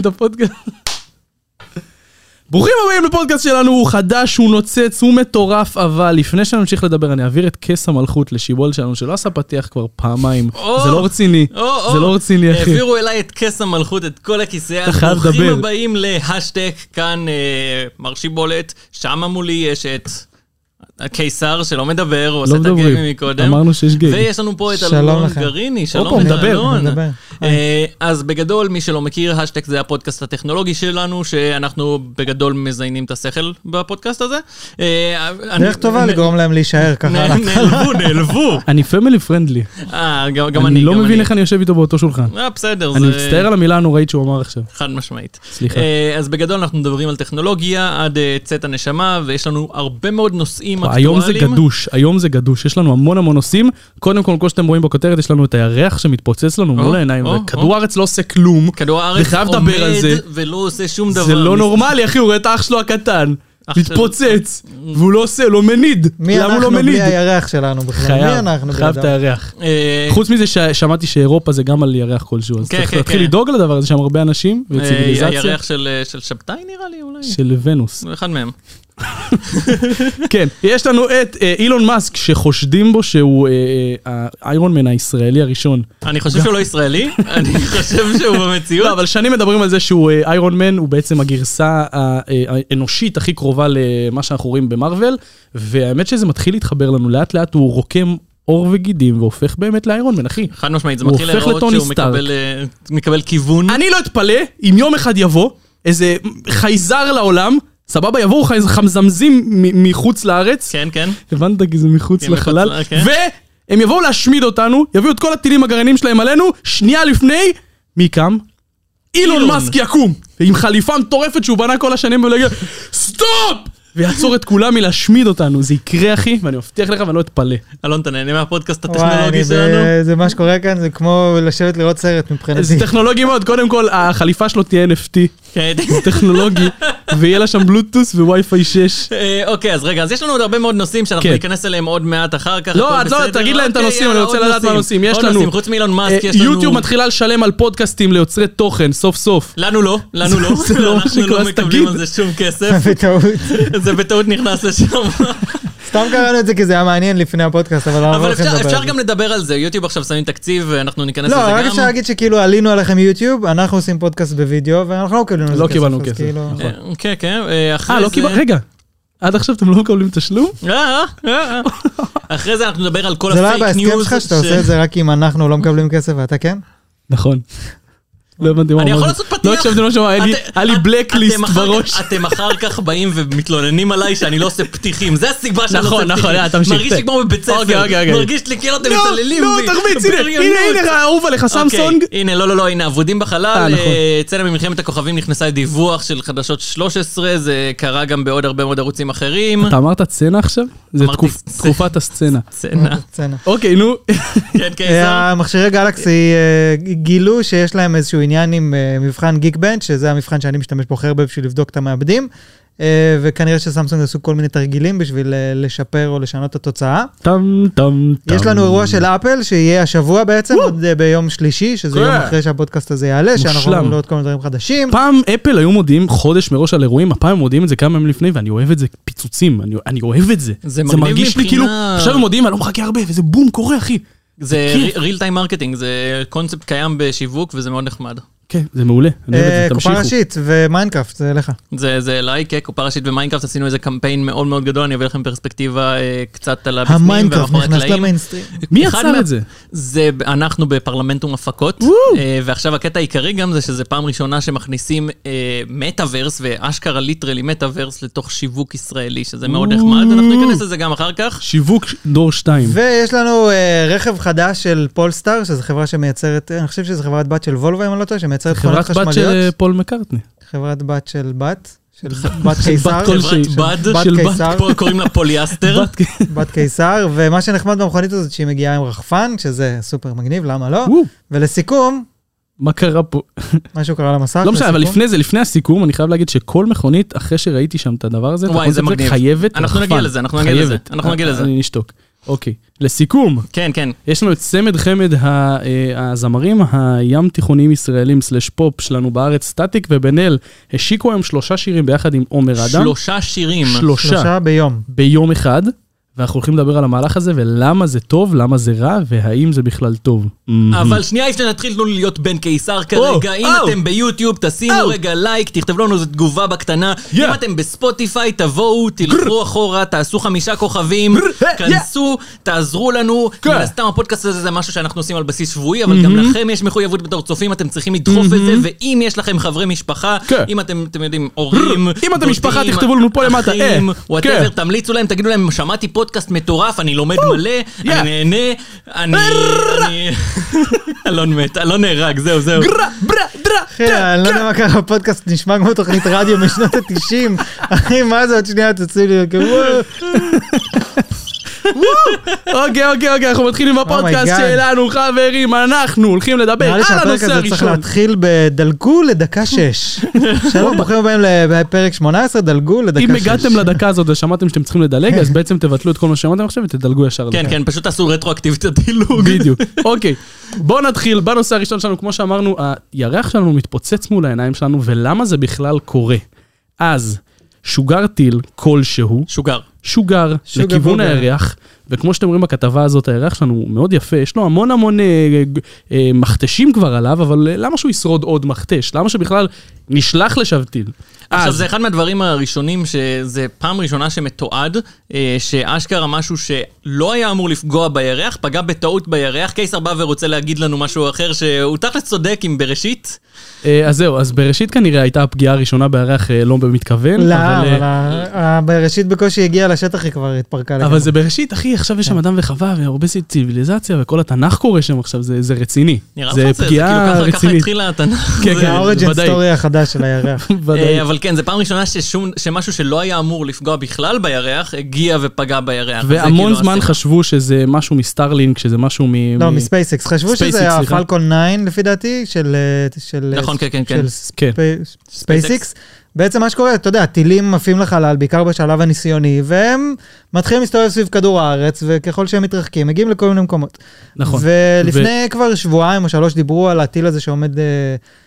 את הפודקאסט. ברוכים הבאים לפודקאסט שלנו, הוא חדש, הוא נוצץ, הוא מטורף, אבל לפני שנמשיך לדבר, אני אעביר את כס המלכות לשיבול שלנו, שלא עשה פתיח כבר פעמיים. או, זה לא רציני, או, או. זה לא רציני, אחי. העבירו אליי את כס המלכות, את כל הכיסא. אתה חייב ברוכים לדבר. הבאים להשטק, כאן אה, מר שיבולת, שמה מולי יש את הקיסר שלא מדבר, הוא עושה את לא מדברים. הגיימים מקודם. אמרנו שיש גיימים. ויש לנו פה את שלום אלון לכם. גריני, הופה, שלום הוא לך, מדבר, אלון. הוא מדבר. אה, אז בגדול, מי שלא מכיר, השטק זה הפודקאסט הטכנולוגי שלנו, שאנחנו בגדול מזיינים את השכל בפודקאסט הזה. אה, אני- דרך טובה נ- לגרום להם להישאר נ- ככה. נעלבו, נעלבו. אני פמילי פרנדלי. אה, גם גם אני, אני לא גם מבין איך אני יושב איתו באותו שולחן. אה, בסדר, אני זה... מצטער על המילה הנוראית שהוא אמר עכשיו. חד משמעית. סליחה. אה, אז בגדול אנחנו מדברים על טכנולוגיה עד אה, צאת הנשמה, ויש לנו הרבה מאוד נושאים אקטואליים. היום זה גדוש, היום זה גדוש, יש לנו המון המון נושאים. קודם כל, כמו שאתם רואים בכותרת, יש לנו את הירח שמתפוצץ לנו מול או, העיניים, או, וכדור הארץ לא עושה כלום. כדור הארץ וחייב עומד לדבר על זה. ולא עושה שום דבר. זה לא מס- נורמלי, אחי, הוא רואה את האח שלו הקטן, אח מתפוצץ, והוא לא עושה, לא מניד. מי למה הוא לא אנחנו בלי מניד? הירח שלנו בכלל? מי חייב, אנחנו? חייב את בלעדיו? הירח. אה, חוץ מזה ששמעתי שאירופה זה גם על ירח כלשהו, אז כן, צריך כן, להתחיל כן. לדאוג לדבר הזה, שם הרבה אנשים, אה, וציוויליזציה הירח של אה, של שבתאי נראה לי אולי? של ונוס. הוא אחד מהם. כן, יש לנו את אה, אילון מאסק, שחושדים בו שהוא אה, אה, האיירון מן הישראלי הראשון. אני חושב שהוא לא ישראלי, אני חושב שהוא במציאות. לא, אבל שנים מדברים על זה שהוא אה, איירון מן, הוא בעצם הגרסה אה, אה, האנושית הכי קרובה למה שאנחנו רואים במרוויל, והאמת שזה מתחיל להתחבר לנו, לאט לאט הוא רוקם עור וגידים והופך באמת לאיירון מן, אחי. חד משמעית, זה הוא מתחיל הופך להראות לטוני שהוא סטארק. מקבל, אה, מקבל כיוון. אני לא אתפלא אם יום אחד יבוא איזה חייזר לעולם, סבבה, יבואו חייז- חמזמזים מ- מחוץ לארץ, כן, כן. הבנת כי זה מחוץ כן, מחוץ לחלל, ל- כן. והם יבואו להשמיד אותנו, יביאו את כל הטילים הגרעינים שלהם עלינו, שנייה לפני, מי קם? אילון אילון. מאסק יקום, עם חליפה מטורפת שהוא בנה כל השנים ולהגיד, סטופ! ויעצור את כולם מלהשמיד אותנו, זה יקרה אחי, ואני מבטיח לך ואני לא אתפלא. אלון, אתה נהנה מהפודקאסט וואי, אני הטכנולוגי ב- שלנו? זה מה שקורה כאן, זה כמו לשבת לראות סרט מבחינתי. זה טכנולוגי מאוד, קודם כל החליפה שלו תהיה NFT, כן. זה טכנולוגי, ויהיה לה שם בלוטוס ווי-פיי 6. אה, אוקיי, אז רגע, אז יש לנו עוד הרבה מאוד נושאים שאנחנו כן. ניכנס אליהם עוד מעט אחר כך. לא, הכל עזוב, בסדר. תגיד להם את אוקיי, הנושאים, אני יאללה, רוצה עוד לדעת מה הנושאים. יש עוד לנו- אה, נושאים, חוץ מאילון מאסק, אה, יש לנו... יוטיוב מתחילה לשלם על פודקאסטים ליוצרי תוכן, סוף סוף. לנו לא, לנו לא. זה לא מה אנחנו שקורה, לא אז מקבלים תגיד. על זה שום כסף. בטעות. זה בטעות נכנס לשם. סתם קראנו את זה כי זה היה מעניין לפני הפודקאסט, אבל אנחנו אבל לא הולכים אפשר- לדבר. אפשר על זה. גם לדבר על זה. יוטיוב עכשיו שמים תקציב, ואנחנו ניכנס לא, רק לזה אפשר גם. להגיד שכאילו עלינו עליכם יוטיוב, אנחנו עושים פודקאסט בווידאו, ואנחנו לא קיבלנו לזה לא כסף. קיבלנו אז כסף, כאילו- נכון. אה, כן, כן, אה, אחרי אה, לא זה- קיבל... רגע, עד עכשיו אתם לא מקבלים תשלום? אה, אה, אה. אחרי זה אנחנו נדבר על כל זה לא היה הפייק בהסכם ניוז. שלך שאתה ש- עושה את זה רק אם אנחנו לא מקבלים כסף ואתה כן? נכון. לא הבנתי מה אני אמרתי. יכול לעשות פתיח? לא הקשבתם למה שאמרתי, היה לי- אתם- היה לי את- בלקליסט אתם אחר בראש. כך- אתם אחר כך באים ומתלוננים עליי שאני לא עושה פתיחים, זה הסיבה שאני לא עושה נכון, פתיחים. נכון, יאללה, תמשיך, מרגיש כן. לי כמו בבית ספר. אוקיי, אוקיי, אוקיי. מרגיש לי כאילו אתם נו, מצללים נו, בי. תרביץ, לא, הנה, בריונות. הנה, הנה, אהוב עליך, סמסונג. אוקיי, הנה, לא, לא, לא, הנה, אבודים אה, בחלל. נכון. אה, אצלנו במלחמת הכוכבים נכנסה דיווח של חדשות 13, זה קרה גם בעוד הרבה מאוד ערוצים אחרים. אתה אמרת סצנה עכשיו? זה אמרתי תקופ- סצנה. תקופת הסצנה. סצנה. סצנה. אוקיי, נו, כן, אה, קיסר. אה, המכשירי גלקסי אה, גילו שיש להם איזשהו עניין עם אה, מבחן גיק בנץ', שזה המבחן שאני משתמש בו הכי הרבה בשביל לבדוק את המעבדים, אה, וכנראה שסמסונג עשו כל מיני תרגילים בשביל אה, לשפר או לשנות את התוצאה. טם טם טם. יש לנו אירוע של אפל שיהיה השבוע בעצם, עוד אה, ביום שלישי, שזה יום כן. אחרי שהפודקאסט הזה יעלה, שאנחנו מושלם. יכולים לראות כל מיני דברים חדשים. פעם אפל היו מודיעים חודש מראש על אירועים, הפעם הם מודיעים את זה כמה ימים לפני, ואני אוהב את זה, פיצוצים, אני- אני אוהב את זה. זה זה מגניב מרגיש לי מבחינה- כאילו, עכשיו הם מודיעים, אני לא מחכה הרבה, וזה בום, קורה, אחי. זה כיף. real time marketing, זה קונספט קיים בשיווק וזה מאוד נחמד. כן, זה מעולה, אני אוהב אה, את זה, קופה תמשיכו. ראשית ומיינקראפט, זה לך. זה, זה אליי, כן, קופה ראשית ומיינקראפט, עשינו איזה קמפיין מאוד מאוד גדול, אני אביא לכם פרספקטיבה אה, קצת על הבפנים המיינקראפט ומאחורי נכנס הקלעים. למיינסטרים. מי אחד יצר מה- את זה? זה, אנחנו בפרלמנטום הפקות, אה, ועכשיו הקטע העיקרי גם זה שזה פעם ראשונה שמכניסים אה, מטאוורס, ואשכרה ליטרלי מטאוורס לתוך שיווק ישראלי, שזה מאוד נחמד, אנחנו ניכנס לזה גם אחר כך. שיווק דור 2. ויש לנו אה, רכב חדש של פולסטאר, שזו חברה שמייצרת, אה, אני חושב שזו חברת בת של וולבו, אם אני לא טועה, שמייצרת חברת חוניות בת של אה, חשמליות. פול מקארטני. חברת בת של בת, של בת קיסר, כל חברת שהיא, בד, בת של בת קיסר, פה קוראים לה פוליאסטר. בת- בת קיסר, ומה שנחמד במכונית הזאת שהיא מגיעה עם רחפן, שזה סופר מגניב, למה אה. לא? וואו, ולסיכום, מה קרה פה? משהו קרה למסך. לא משנה, אבל לסיכום. לפני זה, לפני הסיכום, אני חייב להגיד שכל מכונית, אחרי שראיתי שם את הדבר הזה, את וואי, הקונספט זה הזה, מגניב. חייבת אנחנו נגיע רחפן. לזה, אנחנו נגיע חייבת. לזה, אנחנו נגיע אה, לזה. אני אשתוק. אוקיי. לסיכום, כן, כן. יש לנו את צמד חמד ה- אה, הזמרים הים תיכוניים ישראלים סלש פופ שלנו בארץ, סטטיק ובן אל, השיקו היום שלושה שירים ביחד עם עומר אדם. שלושה שירים. שלושה שלושה ביום. ביום אחד, ואנחנו הולכים לדבר על המהלך הזה ולמה זה טוב, למה זה רע, והאם זה בכלל טוב. אה, Mm. אבל שנייה לפני שנתחיל, תנו לי להיות בן קיסר או, כרגע. אם או. אתם ביוטיוב, תשימו או. רגע לייק, תכתבו לנו איזו תגובה בקטנה. Yeah. אם אתם בספוטיפיי, תבואו, תלכו אחורה, תעשו חמישה כוכבים, Yeah. כנסו, תעזרו לנו. כן. מן הסתם הפודקאסט הזה זה משהו שאנחנו עושים על בסיס שבועי, אבל גם לכם יש מחויבות בתור צופים, אתם צריכים לדחוף את זה, ואם יש לכם חברי משפחה, כן. אם אתם, אתם יודעים, הורים, אם אתם דודים, משפחה, תכתבו לנו פה למטה, אה, אחים, כן. וואטאבר, תמליצו להם, תגידו להם, שמעתי פודקאסט מטורף, אני לומד מלא, יא. אני נהנה, אני... אני- אלון מת, אלון נהרג, זהו, זהו. ברא, ברא, ברא, אחי, כן. אני לא יודע מה קרה, הפודקאסט נשמע כמו תוכנית רדיו משנות ה-90. אחי, מה זה עוד שנייה תוציא לי, כאילו, וואו. אוקיי, אוקיי, אוקיי, אנחנו מתחילים בפודקאסט Oh God. שלנו, חברים, אנחנו הולכים לדבר נראה על לי שהפרק הנושא הזה צריך הראשון. להתחיל בדלגו לדקה שש. שלום, ברוכים הבאים לפרק 18, דלגו לדקה כן. שש. אם הגעתם לדקה הזאת ושמעתם שאתם צריכים לדלג, אז בעצם תבטלו את כל מה שאמרתם עכשיו ותדלגו ישר לדקה. כן, כן, פשוט תעשו רטרואקטיבית את הדילוג. בדיוק. אוקיי, בואו נתחיל בנושא הראשון שלנו. כמו שאמרנו, הירח שלנו מתפוצץ מול העיניים שלנו, ולמה זה בכלל קורה? אז, שוגר טיל כלשהו, שוגר. אה, שוגר שוגר לכיוון בוגר. הירח, וכמו שאתם רואים בכתבה הזאת, הירח שלנו הוא מאוד יפה, יש לו המון המון אה, ג- אה, מכתשים כבר עליו, אבל אה, למה שהוא ישרוד עוד מכתש? למה שבכלל נשלח לשם טיל? עכשיו, אז, זה אחד מהדברים הראשונים, שזה פעם ראשונה שמתועד, אה, שאשכרה משהו שלא היה אמור לפגוע בירח, פגע בטעות בירח. קיסר בא ורוצה להגיד לנו משהו אחר, שהוא תכל'ס צודק עם בראשית. אה, אז זהו, אז בראשית כנראה הייתה הפגיעה הראשונה בירח אה, לא במתכוון, אבל, לא, אה, אבל ה- ה- בראשית בקושי הגיעה לשטח, היא כבר התפרקה לא, אבל זה בראשית, אחי, עכשיו כן. יש שם אדם וחווה והרבה ציוויליזציה וכל התנ"ך קורה שם עכשיו, זה זה רציני. נראה זה לך זה, זה כאילו פגיעה ככה- ככה רצינית. התחילה התנ"ך. כן, זה- כן. זה האוריג'ן ודאי. סטורי החדש של הירח. ודאי. אה, אבל כן, זו פעם ראשונה ששום, שמשהו שלא היה אמור לפגוע בכלל בירח, הגיע ופגע בירח. אז זה והמון כאילו זמן הסיבה. חשבו שזה משהו מסטארלינק, שזה משהו מ... לא, מ- מספייסקס. חשבו SpaceX, שזה סליחה. הפלקון 9, לפי דעתי, של... אה, של אה, נכון, כן, כן, כן. של כן. ספי- ספייסיקס. בעצם מה שקורה, אתה יודע, טילים עפים לחלל, בעיקר בשלב הניסיוני, והם מתחילים להסתובב סביב כדור הארץ, וככל שהם מתרחקים, מגיעים לכל מיני מקומות. נכון. ולפני ו... כבר שבועיים או שלוש דיברו על הטיל הזה שעומד, אה,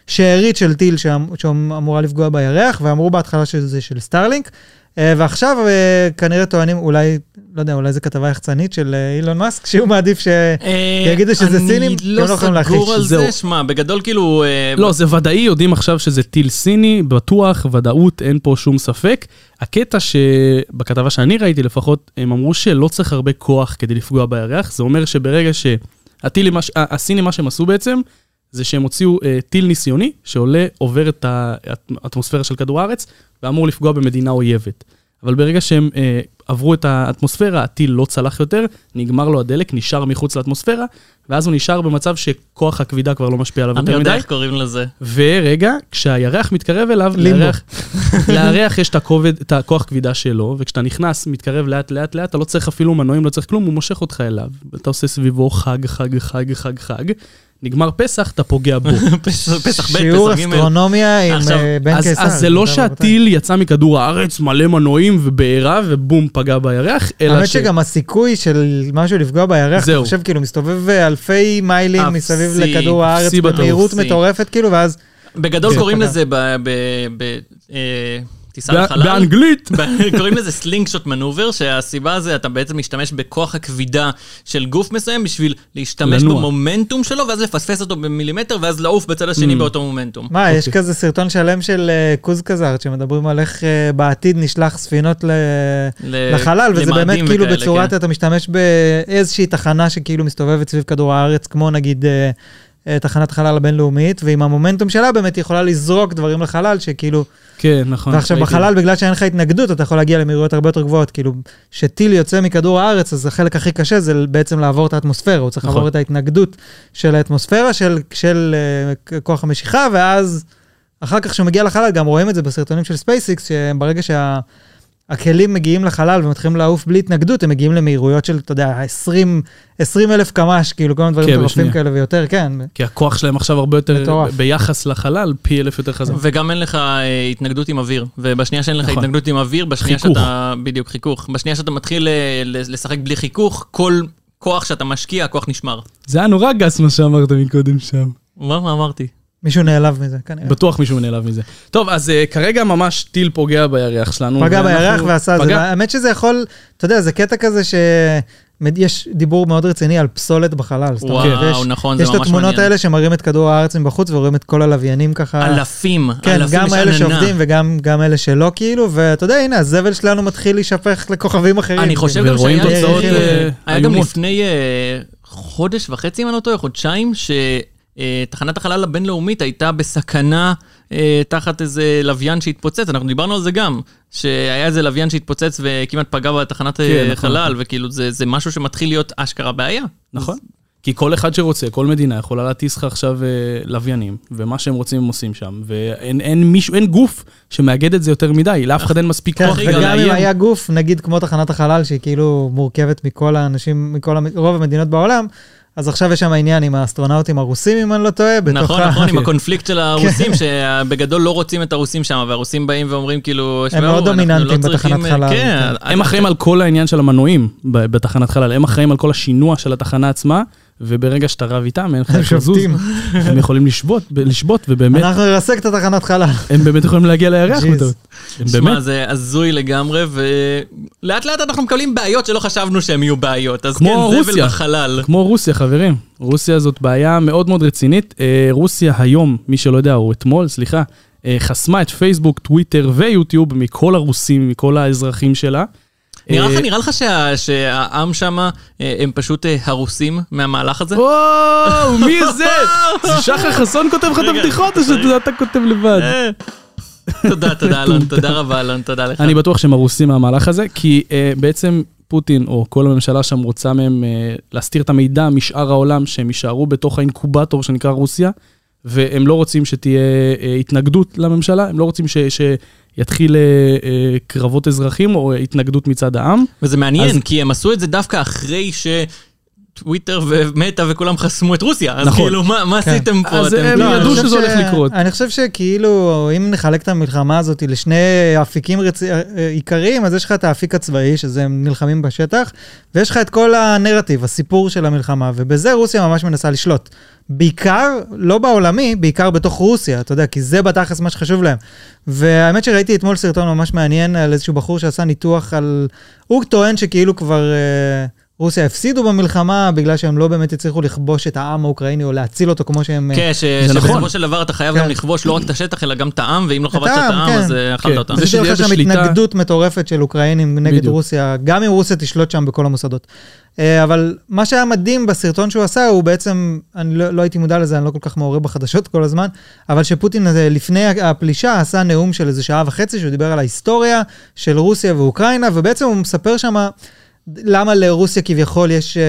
שארית של טיל שאמ- שאמורה לפגוע בירח, ואמרו בהתחלה שזה של סטארלינק, אה, ועכשיו אה, כנראה טוענים, אולי, לא יודע, אולי זו כתבה יחצנית של אה, אילון מאסק, שהוא מעדיף ש... אה, יגידו שזה סינים, אני הם לא יכולים לא סגור להכחיש. על זה, זהו. שמע, בגדול כאילו... אה, לא, זה ודאי, יודעים עכשיו שזה טיל סיני, בטוח, ודאות, אין פה שום ספק. הקטע שבכתבה שאני ראיתי לפחות, הם אמרו שלא צריך הרבה כוח כדי לפגוע בירח, זה אומר שברגע שהטילים, מה ש- ה- הסינים, מה שהם עשו בעצם, זה שהם הוציאו אה, טיל ניסיוני, שעולה, עובר את האטמוספירה של כדור הארץ, ואמור לפגוע במדינה אויבת. אבל ברגע שהם אה, עברו את האטמוספירה, הטיל לא צלח יותר, נגמר לו הדלק, נשאר מחוץ לאטמוספירה, ואז הוא נשאר במצב שכוח הכבידה כבר לא משפיע עליו אני יותר יודע מדי. איך קוראים לזה. ורגע, כשהירח מתקרב אליו, לימבו. לירח, לירח יש את הכובד, את הכוח כבידה שלו, וכשאתה נכנס, מתקרב לאט לאט לאט, אתה לא צריך אפילו מנועים, לא צריך כלום, הוא מושך אותך אליו. אתה עושה סביבו חג, חג, חג, חג, חג. נגמר פסח, אתה פוגע בו. פסח ב', פסח ג'. שיעור אסטרונומיה עם עכשיו, אה, בן אז, קיסר. אז זה לא תודה רבה. שהטיל יצא מכדור הארץ, מלא מנועים ובעירה, ובום, פגע בירח, אלא האמת ש... שגם הסיכוי של משהו לפגוע בירח, זהו. אתה חושב, כאילו, מסתובב אלפי מיילים אפסי, מסביב לכדור הארץ אפסי בטירוף, במהירות אפסי. מטורפת, כאילו, ואז בגדול כן, קוראים תודה. לזה ב- ב- ב- אה, טיסה בא- לחלל. באנגלית. ב- קוראים לזה סלינג שוט מנובר, שהסיבה זה אתה בעצם משתמש בכוח הכבידה של גוף מסוים בשביל להשתמש לנוע. במומנטום שלו, ואז לפספס אותו במילימטר, ואז לעוף בצד Mm. השני באותו מומנטום. מה, יש כזה סרטון שלם של אה, קוז קזארט, שמדברים על איך אה, בעתיד נשלח ספינות ל- ל- לחלל, וזה אה, למאדים באמת כאילו וכאלה, בצורת, כן. אתה משתמש באיזושהי תחנה שכאילו מסתובבת סביב כדור הארץ, כמו נגיד אה, אה, תחנת חלל הבינלאומית, ועם המומנטום שלה באמת היא יכולה לזרוק דברים לחלל, שכאילו... כן, נכון. ועכשיו ראיתי. בחלל, בגלל שאין לך התנגדות, אתה יכול להגיע למהירויות הרבה יותר גבוהות. כאילו, כשטיל יוצא מכדור הארץ, אז החלק הכי קשה זה בעצם לעבור את האטמוספירה, הוא צריך נכון. לעבור את ההתנגדות של האטמוספירה, של, של uh, כוח המשיכה, ואז אחר כך כשהוא מגיע לחלל, גם רואים את זה בסרטונים של ספייסיקס, שברגע שה... הכלים מגיעים לחלל ומתחילים לעוף בלי התנגדות, הם מגיעים למהירויות של, אתה יודע, 20, 20 אלף קמ"ש, כאילו כל מיני כן, דברים מטורפים בשנייה. כאלה ויותר, כן. כי הכוח שלהם עכשיו הרבה יותר, מטורף. ביחס לחלל, פי אלף יותר חזק. וגם אין לך אה, התנגדות עם אוויר, ובשנייה שאין לך נכון. התנגדות עם אוויר, בשנייה חיכוך. שאתה... בדיוק, חיכוך. בשנייה שאתה מתחיל אה, ל- לשחק בלי חיכוך, כל כוח שאתה משקיע, הכוח נשמר. זה היה נורא גס מה שאמרת מקודם שם. מה מה אמרתי? מישהו נעלב מזה, כנראה. כן. בטוח מישהו נעלב מזה. טוב, אז אה, כרגע ממש טיל פוגע בירח שלנו. פגע ואנחנו- בירח ועשה את זה. פגע. האמת שזה יכול, אתה יודע, זה קטע כזה ש... יש דיבור מאוד רציני על פסולת בחלל. זאת אומרת, וואו, יש- נכון, זה יש את ממש התמונות מעניין. האלה שמראים את כדור הארץ מבחוץ ורואים את כל הלוויינים ככה. אלפים, כן, אלפים גם יש אלה עננה. שעובדים וגם גם אלה שלא, כאילו, ואתה יודע, הנה, הזבל שלנו מתחיל להישפך לכוכבים אחרים. אני חושב גם ורואים שהיה תוצאות, היה- אה, היה גם איומות. לפני אה, חודש וחצי, אם אני לא טועה, חודשיים, שתחנת החלל הבינלאומית הייתה בסכנה אה, תחת איזה לוויין שהתפוצץ, אנחנו דיברנו על זה גם, שהיה איזה לוויין שהתפוצץ וכמעט פגע בתחנת אה, כן, נכון. חלל, וכאילו זה זה משהו שמתחיל להיות אשכרה בעיה. נכון. כי כל אחד שרוצה, כל מדינה יכולה להטיס לך עכשיו אה, לוויינים, ומה שהם רוצים הם עושים שם, ואין אין מישהו, אין גוף שמאגד את זה יותר מדי, לאף אחד אין מספיק כן, כוח אחי, גם וגם אם לאיים. היה גוף, נגיד כמו תחנת החלל, שהיא כאילו מורכבת מכל האנשים, מכל המ- רוב המדינות בעולם, אז עכשיו יש שם עניין עם האסטרונאוטים הרוסים, אם אני לא טועה, בתוך נכון, ה- נכון, עם הקונפליקט של הרוסים, שבגדול לא רוצים את הרוסים שם, והרוסים באים ואומרים כאילו, הם "שמעו, מאוד אנחנו לא דומיננטיים צריכים, בתחנת חלל, כן, הם אחראים על כל העניין של המנועים ב- בתחנת חלל, הם אחראים על כל השינוע של התחנה עצמה, וברגע שאתה רב איתם, אין לך הם איך לזוז, שובתים. הם יכולים לשבות, ב- לשבות, ובאמת, אנחנו נרסק את התחנת חלל. הם באמת יכולים להגיע לירח. ג'יז. בטעות. הם שמע, באמת, זה הזוי לגמרי, ולאט לאט אנחנו מקבלים בעיות שלא חשבנו שהן יהיו בעיות. אז כמו כן, זבל רוסיה. בחלל. כמו רוסיה, חברים. רוסיה זאת בעיה מאוד מאוד רצינית. אה, רוסיה היום, מי שלא יודע, או אתמול, סליחה, אה, חסמה את פייסבוק, טוויטר ויוטיוב מכל הרוסים, מכל האזרחים שלה. נראה לך, אה, נראה לך שה- שהעם שם, הם פשוט אה, הרוסים מהמהלך הזה? וואו, מי זה? זה שחר חסון כותב לך את רגע, הבדיחות או שאתה אתה כותב לבד? אה. תודה, תודה, אלון, תודה רבה, אלון, תודה לך. אני בטוח שהם הרוסים מהמהלך הזה, כי אה, בעצם פוטין או כל הממשלה שם רוצה מהם אה, להסתיר את המידע משאר העולם, שהם יישארו בתוך האינקובטור שנקרא רוסיה, והם לא רוצים שתהיה אה, התנגדות לממשלה, הם לא רוצים ש, שיתחיל אה, אה, קרבות אזרחים או התנגדות מצד העם. וזה מעניין, אז- כי הם עשו את זה דווקא אחרי ש... טוויטר ומטא וכולם חסמו את רוסיה, אז נכון. כאילו, מה מה כן. עשיתם פה? אז אתם- הם לא, אני ידעו חושב שזה הולך לקרות. אני חושב שכאילו, אם נחלק את המלחמה הזאת לשני אפיקים רצ... אה, עיקריים, אז יש לך את האפיק הצבאי, שזה הם נלחמים בשטח, ויש לך את כל הנרטיב, הסיפור של המלחמה, ובזה רוסיה ממש מנסה לשלוט. בעיקר, לא בעולמי, בעיקר בתוך רוסיה, אתה יודע, כי זה בתכלס מה שחשוב להם. והאמת שראיתי אתמול סרטון ממש מעניין על איזשהו בחור שעשה ניתוח על... הוא טוען שכאילו כבר... אה, רוסיה הפסידו במלחמה בגלל שהם לא באמת הצליחו לכבוש את העם האוקראיני או להציל אותו כמו שהם... אה, כן, ש- נכון. שבסופו של דבר אתה חייב גם כן. לכבוש לא רק את השטח, אלא גם את העם, ואם לא את חבשת את העם, העם, כן. אז אה, אכלת כן. אותם. זה זה שזה שתהיה יהיה לך שם בשליטה- התנגדות מטורפת של אוקראינים נגד בדיוק. רוסיה, גם אם רוסיה תשלוט שם בכל המוסדות. אה, אבל מה שהיה מדהים בסרטון שהוא עשה, הוא בעצם, אני לא, לא הייתי מודע לזה, אני לא כל כך מעורה בחדשות כל הזמן, אבל שפוטין אה, לפני הפלישה עשה נאום של איזה שעה וחצי, שהוא דיבר על ההיסטוריה של רוסיה ואוקראינה, ובעצם הוא מספר שם למה לרוסיה כביכול יש אה,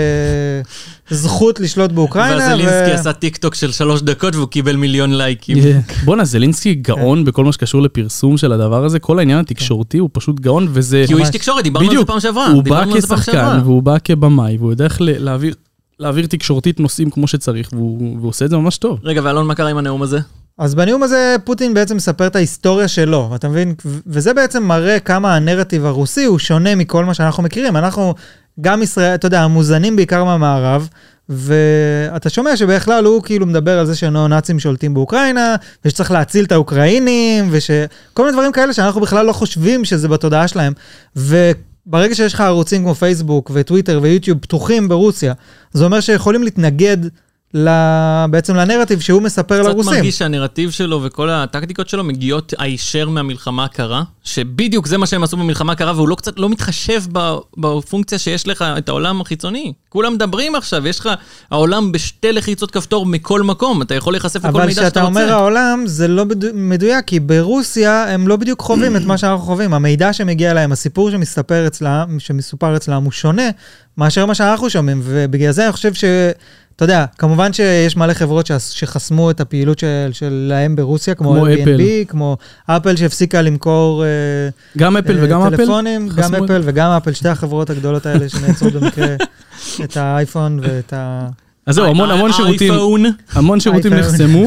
זכות לשלוט באוקראינה. ואז זלינסקי עשה טיק טוק של שלוש דקות והוא קיבל מיליון לייקים. Yeah. בואנה, זלינסקי כן. גאון בכל מה שקשור לפרסום של הדבר הזה, כל העניין התקשורתי הוא פשוט גאון, וזה... כי הוא איש ממש. תקשורת, דיברנו על זה בדיוק. פעם שעברה. הוא בא דיברנו על זה פעם כשחקן, שעברה. והוא בא כבמאי, והוא יודע איך ל- להעביר- להעביר תקשורתית נושאים כמו שצריך, והוא והוא עושה את זה ממש טוב. רגע, ואלון, מה קרה עם הנאום הזה? אז בנאום הזה פוטין בעצם מספר את ההיסטוריה שלו, אתה מבין? ו- וזה בעצם מראה כמה הנרטיב הרוסי הוא שונה מכל מה שאנחנו מכירים. אנחנו, גם ישראל, אתה יודע, המוזנים בעיקר מהמערב, ואתה שומע שבכלל הוא כאילו מדבר על זה שהנאו-נאצים שולטים באוקראינה, ושצריך להציל את האוקראינים, וכל מיני דברים כאלה שאנחנו בכלל לא חושבים שזה בתודעה שלהם. וברגע שיש לך ערוצים כמו פייסבוק וטוויטר ויוטיוב פתוחים ברוסיה, זה אומר שיכולים להתנגד. ל- בעצם לנרטיב שהוא מספר קצת לרוסים. מרגיש שהנרטיב שלו וכל הטקטיקות שלו מגיעות הישר מהמלחמה הקרה, שבדיוק זה מה שהם עשו במלחמה הקרה, והוא לא קצת לא מתחשב ב- בפונקציה שיש לך את העולם החיצוני. כולם מדברים עכשיו, יש לך העולם בשתי לחיצות כפתור מכל מקום, אתה יכול להיחשף לכל אבל מידע שאתה כשאתה רוצה. אומר העולם, זה לא בדו- מדויק, כי ברוסיה הם לא בדיוק חווים את מה שאנחנו חווים. המידע שמגיע אליהם, הסיפור שמסתפר אצלם, שמסופר אצלם, הוא שונה מאשר מה שאנחנו שומעים, ובגלל זה אני חושב ש... אתה יודע, כמובן שיש מלא חברות שעש- שחסמו את הפעילות של- שלהם ברוסיה, כמו כמו Airbnb, אפל. כמו אפל שהפסיקה למכור אה, גם אפל אה, וגם אפל? טלפונים, גם חסמו את- אפל וגם אפל, שתי החברות הגדולות האלה שנעצרו במקרה את האייפון ואת ה... אז אה, זהו, המון המון שירותים. אייפון. המון שירותים אייפון. נחסמו,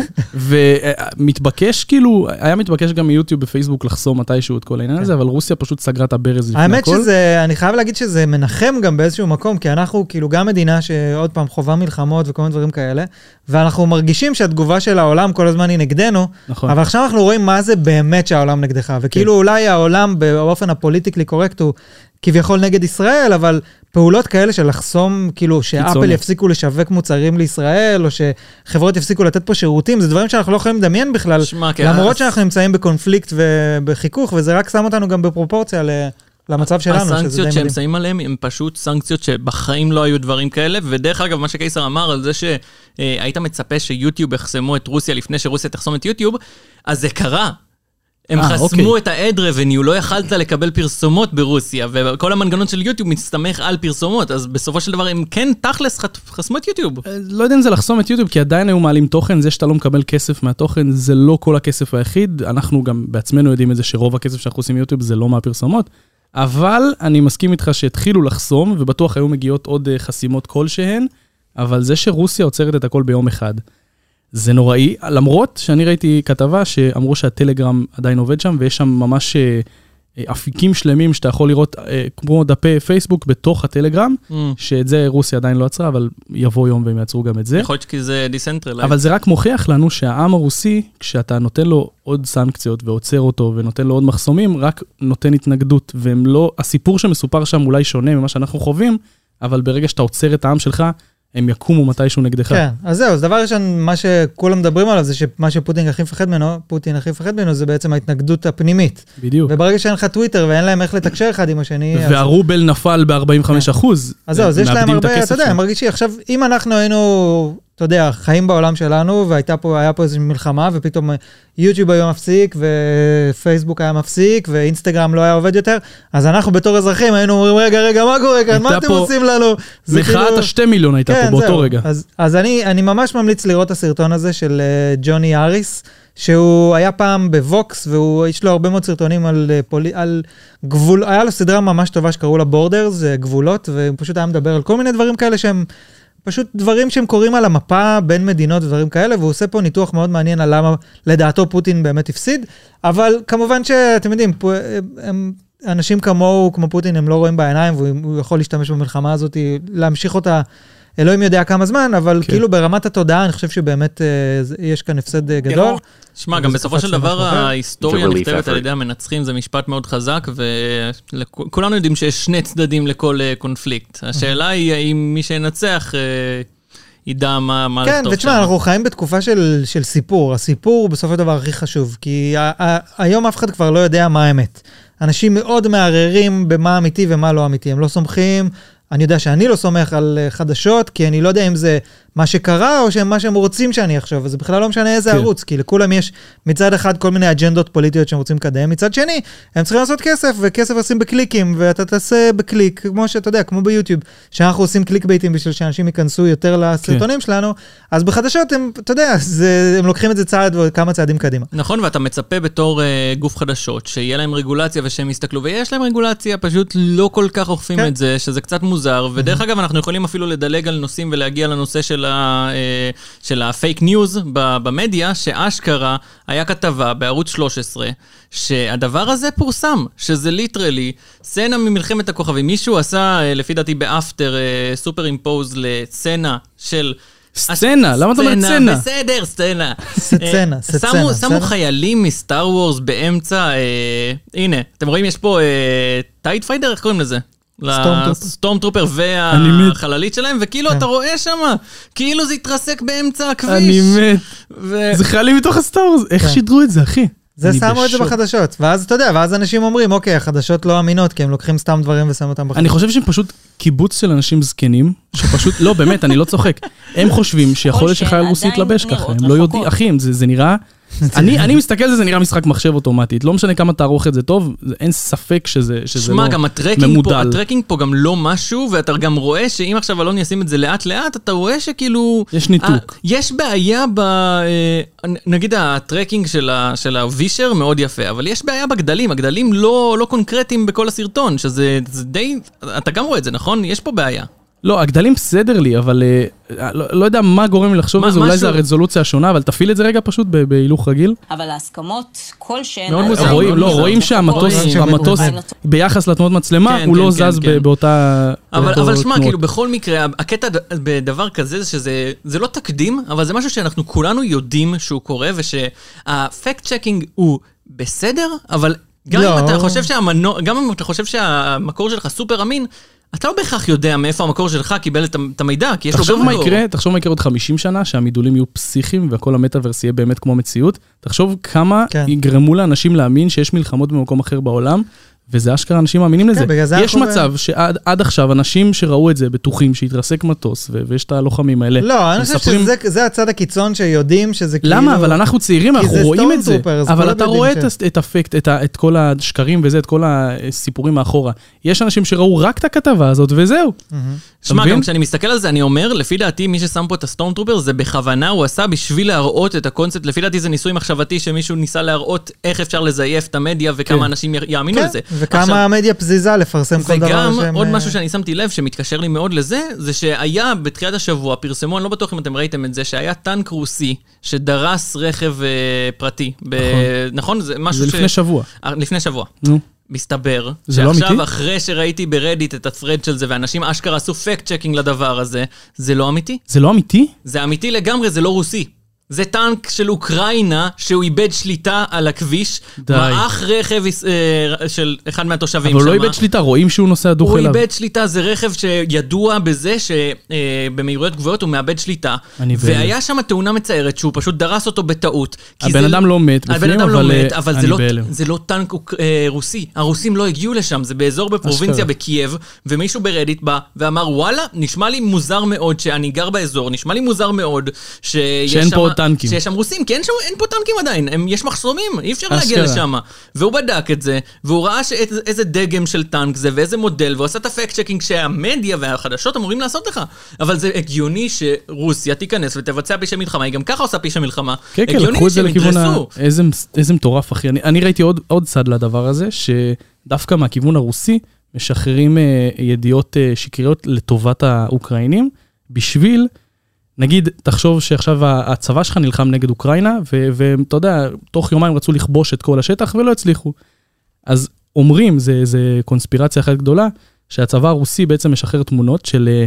ומתבקש כאילו, היה מתבקש גם מיוטיוב ופייסבוק לחסום מתישהו את כל העניין הזה, אבל רוסיה פשוט סגרה את הברז לפני הכל. כן. האמת שזה, אני חייב להגיד שזה מנחם גם באיזשהו מקום, כי אנחנו כאילו גם מדינה שעוד פעם חווה מלחמות וכל מיני דברים כאלה, ואנחנו מרגישים שהתגובה של העולם כל הזמן היא נגדנו, נכון. כן. אבל עכשיו אנחנו רואים מה זה באמת שהעולם נגדך, וכאילו אולי העולם באופן הפוליטיקלי קורקט הוא כביכול נגד ישראל, אבל פעולות כאלה של לחסום, כאילו שאפל קיצוני. יפסיקו לשווק מוצרים לישראל, או שחברות יפסיקו לתת פה שירותים, זה דברים שאנחנו לא יכולים לדמיין בכלל, שמע, כן, למרות אז- שאנחנו נמצאים בקונפליקט ובחיכוך, וזה רק שם אותנו גם בפרופורציה ל... למצב שלנו, שזה די מדהים. הסנקציות שהם שמים עליהם הם פשוט סנקציות שבחיים לא היו דברים כאלה, ודרך אגב, מה שקיסר אמר על זה שהיית מצפה שיוטיוב יחסמו את רוסיה לפני שרוסיה תחסום את יוטיוב, אז זה קרה. הם אה, חסמו אוקיי. את ה-ad revenue, לא יכלת לקבל פרסומות ברוסיה, וכל המנגנון של יוטיוב מסתמך על פרסומות, אז בסופו של דבר הם כן תכלס חט- חסמו את יוטיוב. אה, לא יודע אם זה לחסום את יוטיוב, כי עדיין היו מעלים תוכן, זה שאתה לא מקבל כסף מהתוכן, זה לא כל הכסף היחיד. אנחנו גם בעצמנו יודעים את זה שרוב הכסף שאנחנו עושים מיוטיוב זה לא מהפרסומות. אבל אני מסכים איתך שהתחילו לחסום, ובטוח היו מגיעות עוד אה, חסימות כלשהן, אבל זה שרוסיה עוצרת את הכל ביום אחד, זה נוראי. למרות שאני ראיתי כתבה שאמרו שהטלגרם עדיין עובד שם, ויש שם ממש אה, אה, אפיקים שלמים שאתה יכול לראות אה, כמו דפי פייסבוק בתוך הטלגרם. אה, שאת זה רוסיה עדיין לא עצרה, אבל יבוא יום והם יעצרו גם את זה. יכול להיות כי זה דיסנטרלייד. אבל זה רק מוכיח לנו שהעם הרוסי, כשאתה נותן לו עוד סנקציות ועוצר אותו ונותן לו עוד מחסומים, רק נותן התנגדות. והם לא, הסיפור שמסופר שם אולי שונה ממה שאנחנו חווים, אבל ברגע שאתה עוצר את העם שלך, הם יקומו מתישהו נגדך. כן, אז זהו, אז דבר ראשון, מה שכולם מדברים עליו זה שמה שפוטין הכי מפחד ממנו, פוטין הכי מפחד ממנו זה בעצם ההתנגדות הפנימית. בדיוק. וברגע שאין לך טוויטר ואין להם איך לתקשר אחד עם השני, אז- כן. והרובל נפל ב-45 אחוז. אז זהו, אז יש להם הרבה, אתה יודע, אני מרגיש שעכשיו, אם אנחנו היינו, אתה יודע, חיים בעולם שלנו, והייתה פה, היה פה איזו מלחמה, ופתאום יוטיוב היה מפסיק, ופייסבוק היה מפסיק, ואינסטגרם לא היה עובד יותר, אז אנחנו בתור אזרחים היינו אומרים, רגע, רגע, מה קורה כאן? מה הייתה אתם פה עושים לנו? זה מחאת כאילו- השתי מיליון הייתה פה באותו זהו. רגע. אז, אז אני, אני ממש ממליץ לראות את הסרטון הזה של אה, ג'וני האריס, שהוא היה פעם בווקס, ויש לו הרבה מאוד סרטונים על, אה, פולי, על גבול, היה לו סדרה ממש טובה שקראו לה בורדרס, גבולות, והוא פשוט היה מדבר על כל מיני דברים כאלה שהם... פשוט דברים שהם קורים על המפה בין מדינות ודברים כאלה, והוא עושה פה ניתוח מאוד מעניין על למה לדעתו פוטין באמת הפסיד, אבל כמובן שאתם יודעים, פו- אה, הם, אנשים כמוהו, כמו פוטין, הם לא רואים בעיניים, והוא הוא יכול להשתמש במלחמה הזאת, להמשיך אותה, אלוהים יודע כמה זמן, אבל כן. כן. כאילו ברמת התודעה, אני חושב שבאמת אה, זה- יש כאן הפסד אה, גדול. שמע, גם וזה בסופו קפץ של ממש דבר מהר. ההיסטוריה It's a relief נכתבת על effort. ידי המנצחים, זה משפט מאוד חזק, וכולנו יודעים שיש שני צדדים לכל אה, קונפליקט. השאלה היא האם מי שינצח אה, ידע מה מה כן, לכתוב ותשמע, אה, שם. אנחנו חיים בתקופה של, של סיפור. הסיפור הוא בסופו של דבר הכי חשוב, כי ה- ה- היום אף אחד כבר לא יודע מה האמת. אנשים מאוד מערערים במה אמיתי ומה לא אמיתי. הם לא סומכים, אני יודע שאני לא סומך על אה, חדשות, כי אני לא יודע אם זה מה שקרה או שמה שהם רוצים שאני אחשוב, וזה בכלל לא משנה איזה כן. כן. ערוץ, כי לכולם יש מצד אחד כל מיני אג'נדות פוליטיות שהם רוצים לקדם, מצד שני, הם צריכים לעשות כסף, וכסף עושים בקליקים, ואתה תעשה בקליק, כמו שאתה יודע, כמו ביוטיוב, שאנחנו עושים קליק בייטים בשביל שאנשים ייכנסו יותר לסרטונים כן. שלנו, אז בחדשות הם, אתה יודע, זה, הם לוקחים את זה צעד וכמה צעדים קדימה. נכון, ואתה מצפה בתור אה, גוף חדשות שיהיה להם רגולציה ושהם יסתכלו, ויש להם רגולציה, פשוט לא כל כך אוכפים כן. את זה, שזה קצת מוזר. ודרך אגב, אנחנו יכולים אפילו לדלג על נושאים ולהגיע לנושא של, ה, אה, של הפייק ניוז ב- במדיה, שאשכרה היה כתבה בערוץ 13, שהדבר הזה פורסם, שזה ליטרלי סצנה ממלחמת הכוכבים. מישהו עשה, אה, לפי דעתי באפטר, אה, סופר אימפוז לסצנה של... סצנה, למה אתה אומר סצנה? בסדר, סצנה. סצנה, אה, סצנה, שמו- בסדר? שמו חיילים מסטאר וורס באמצע, אה, הנה, אתם רואים, יש פה אה, טייט פיידר, איך קוראים לזה? סטורמטרופר. כן. סטורם טרופר אני מת. והחללית שלהם, וכאילו אתה רואה שם, כאילו זה התרסק באמצע הכביש. אני מת. ו- זה חיילים מתוך הסטארס, איך אה. כן. שידרו את זה, אחי? זה אני שמו את זה בשוק. בחדשות, ואז אתה יודע, ואז אנשים אומרים, אוקיי, החדשות לא אמינות, כי הם לוקחים סתם דברים ושמים אותם בחדשות. אני חושב שהם פשוט קיבוץ של אנשים זקנים, שפשוט, לא, באמת, אני לא צוחק. הם חושבים שיכול להיות שהן שחייל רוסי עדיין יתלבש נראות ככה, הם לא יודעים, רחוקות. אחים, זה זה נראה אני אני מסתכל על זה, זה נראה משחק מחשב אוטומטית. לא משנה כמה תערוך את זה טוב, זה- אין ספק שזה שזה לא שמע, גם הטרקינג ממודל. פה, הטרקינג פה גם לא משהו, ואתה גם רואה שאם עכשיו אלון ישים את זה לאט-לאט, אתה רואה שכאילו... יש ניתוק. אה, יש בעיה ב... אה, נגיד הטרקינג של ה- של הווישר מאוד יפה, אבל יש בעיה בגדלים, הגדלים לא לא קונקרטיים בכל הסרטון, שזה זה די... אתה גם רואה את זה, נכון? יש פה בעיה. לא, הגדלים בסדר לי, אבל אה, אה, לא לא יודע מה גורם לי לחשוב מה- על זה, אולי משהו- זה הרזולוציה השונה, אבל תפעיל את זה רגע פשוט ב- בהילוך רגיל. אבל ההסכמות כלשהן... מאוד על- מוזר, רואים, מאוד לא, מוזר. רואים שהמטוס, רואים. המטוס ביחס לתנועות מצלמה, כן, הוא לא כן, כן, זז ב- כן. באותה... אבל, באותו אבל שמע, תנועות. כאילו בכל מקרה, הקטע ד- בדבר כזה זה שזה זה לא תקדים, אבל זה משהו שאנחנו כולנו יודעים שהוא קורה, ושהפקט צ'קינג הוא בסדר, אבל גם, לא. אם אתה חושב שהמנוע, גם אם אתה חושב שהמקור שלך סופר אמין, אתה לא בהכרח יודע מאיפה המקור שלך קיבל את, ה- את המידע, כי יש לו גם לא- תחשוב לא. מה מקור. יקרה, תחשוב מה יקרה עוד 50 שנה, שהמידולים יהיו פסיכיים וכל המטאוורס יהיה באמת כמו המציאות. תחשוב כמה כן. יגרמו לאנשים להאמין שיש מלחמות במקום אחר בעולם, וזה אשכרה אנשים מאמינים לזה. כן, בגלל זה יש אנחנו ב- מצב שעד עד עכשיו אנשים שראו את זה בטוחים שהתרסק מטוס, ו- ויש את הלוחמים האלה. לא, אני חושב מספרים- שזה זה הצד הקיצון שיודעים שזה כאילו... למה? אבל אנחנו צעירים, כי אנחנו זה רואים את זה. stormtroopers, אבל כולם אתה יודעים רואה ש- את הס- את הפקט, את ה- את כל השקרים וזה, את כל הסיפורים מאחורה. יש אנשים שראו רק את הכתבה הזאת, וזהו. שמע, אתה מבין? גם כשאני מסתכל על זה, אני אומר, לפי דעתי, מי ששם פה את הסטורמטרופר, זה בכוונה הוא עשה בשביל להראות את הקונספט. לפי דעתי זה ניסוי מחשבתי שמישהו ניסה להראות איך אפשר לזייף את המדיה וכמה כן. אנשים י- יאמינו כן, לזה. עכשיו- וכמה המדיה פזיזה לפרסם כל דבר וגם שהם, עוד אה, משהו שאני שמתי לב שמתקשר לי מאוד לזה, זה שהיה בתחילת השבוע, פרסמו, אני לא בטוח אם אתם ראיתם את זה, שהיה טנק רוסי שדרס רכב אה, פרטי. ב- נכון? זה משהו זה לפני שבוע. אה, לפני שבוע. נו. מסתבר, זה לא שעכשיו אמיתי? אחרי שראיתי ברדיט את הפרד של זה, ואנשים אשכרה עשו פקט צ'קינג לדבר הזה, זה לא אמיתי? זה לא אמיתי? זה אמיתי לגמרי, זה לא רוסי. זה טנק של אוקראינה שהוא איבד שליטה על הכביש, די. מעך רכב יש- אה, של אחד מהתושבים אבל הוא לא שמה. איבד שליטה, רואים שהוא נוסע דוך הוא אליו. איבד שליטה, זה רכב שידוע בזה שבמהירויות גבוהות הוא מאבד שליטה. אני בהלם. והיה שם תאונה מצערת שהוא פשוט דרס אותו בטעות. כי הבן זה- אדם לא מת הבן בפנים, אדם לא אבל, מת, אה, אבל זה אני לא- בהלם. זה לא טנק אוק- אה, רוסי. הרוסים לא הגיעו לשם, זה באזור אשכרה. בפרובינציה בקייב, ומישהו ברדיט בא ואמר, וואלה, נשמע לי מוזר מאוד שאני גר באזור, נשמע לי מוזר מאוד שיש שאין שם- פה עוד טנקים." שיש שם רוסים, כי אין שם- אין פה טנקים עדיין, הם- יש מחסומים, אי אפשר להגיע אשכרה. לשם. והוא בדק את זה, והוא ראה שאיזה איזה דגם של טנק זה ואיזה מודל, והוא עשה את הפקט צ'קינג שהמדיה והחדשות אמורים לעשות לך. אבל זה הגיוני שרוסיה תיכנס ותבצע פשעי מלחמה, היא גם ככה עושה פשעי מלחמה. כן, כן, הגיוני לקחו את זה שהם לכיוון ה... ידרסו. איזה, מס- איזה מטורף, אחי. אני, אני ראיתי עוד, עוד צד לדבר הזה, שדווקא מהכיוון הרוסי משחררים אה, ידיעות אה, שקריות לטובת האוקראינים, בשביל, נגיד, תחשוב שעכשיו ה- הצבא שלך נלחם נגד אוקראינה, ו- ואתה יודע, תוך יומיים רצו לכבוש את כל השטח ולא הצליחו. אז אומרים, זה, זה קונספירציה אחת גדולה, שהצבא הרוסי בעצם משחרר תמונות של אה,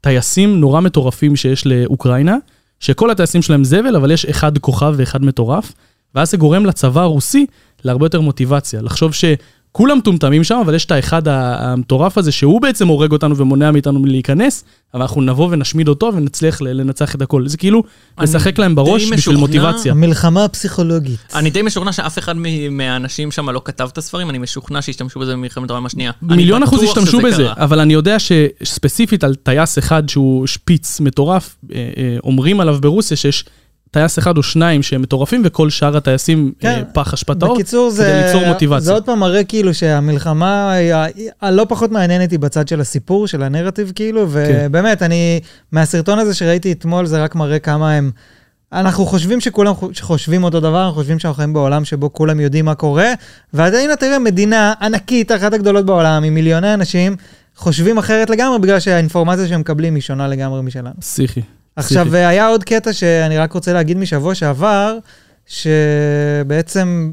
טייסים נורא מטורפים שיש לאוקראינה, שכל הטייסים שלהם זבל, אבל יש אחד כוכב ואחד מטורף, ואז זה גורם לצבא הרוסי להרבה יותר מוטיבציה. לחשוב שכולם מטומטמים שם, אבל יש את האחד ה- המטורף הזה, שהוא בעצם הורג אותנו ומונע מאיתנו מלהיכנס, אבל אנחנו נבוא ונשמיד אותו ונצליח ל- לנצח את הכל. זה כאילו לשחק להם בראש די בשביל משוכנע. מוטיבציה. המלחמה הפסיכולוגית. אני די משוכנע שאף אחד מ- מהאנשים שם לא כתב את הספרים, אני משוכנע שהשתמשו בזה במלחמת העולם השנייה. אני מיליון בטוח אחוז השתמשו שזה בזה, קרה. אבל אני יודע שספציפית על טייס אחד שהוא שפיץ מטורף, אה, אה, אומרים עליו ברוסיה שיש טייס אחד או שניים שהם מטורפים, וכל שאר הטייסים כן. אה, פח אשפת האור, בקיצור, כדי זה, ליצור זה מוטיבציה. עוד פעם מראה כאילו שהמלחמה היא ה- היא הלא פחות מעניינת היא בצד של הסיפור, של הנרטיב כאילו, כן. ובאמת, אני, מהסרטון הזה שראיתי אתמול, זה רק מראה כמה הם... אנחנו חושבים שכולם חו- חושבים אותו דבר, אנחנו חושבים שאנחנו חיים בעולם שבו כולם יודעים מה קורה, ועדיין אתה תראה מדינה ענקית, אחת הגדולות בעולם, עם מיליוני אנשים, חושבים אחרת לגמרי, בגלל שהאינפורמציה שהם מקבלים היא שונה לגמרי משלנו. פסיכי. עכשיו, אה, פסיכי. היה עוד קטע שאני רק רוצה להגיד משבוע שעבר, שבעצם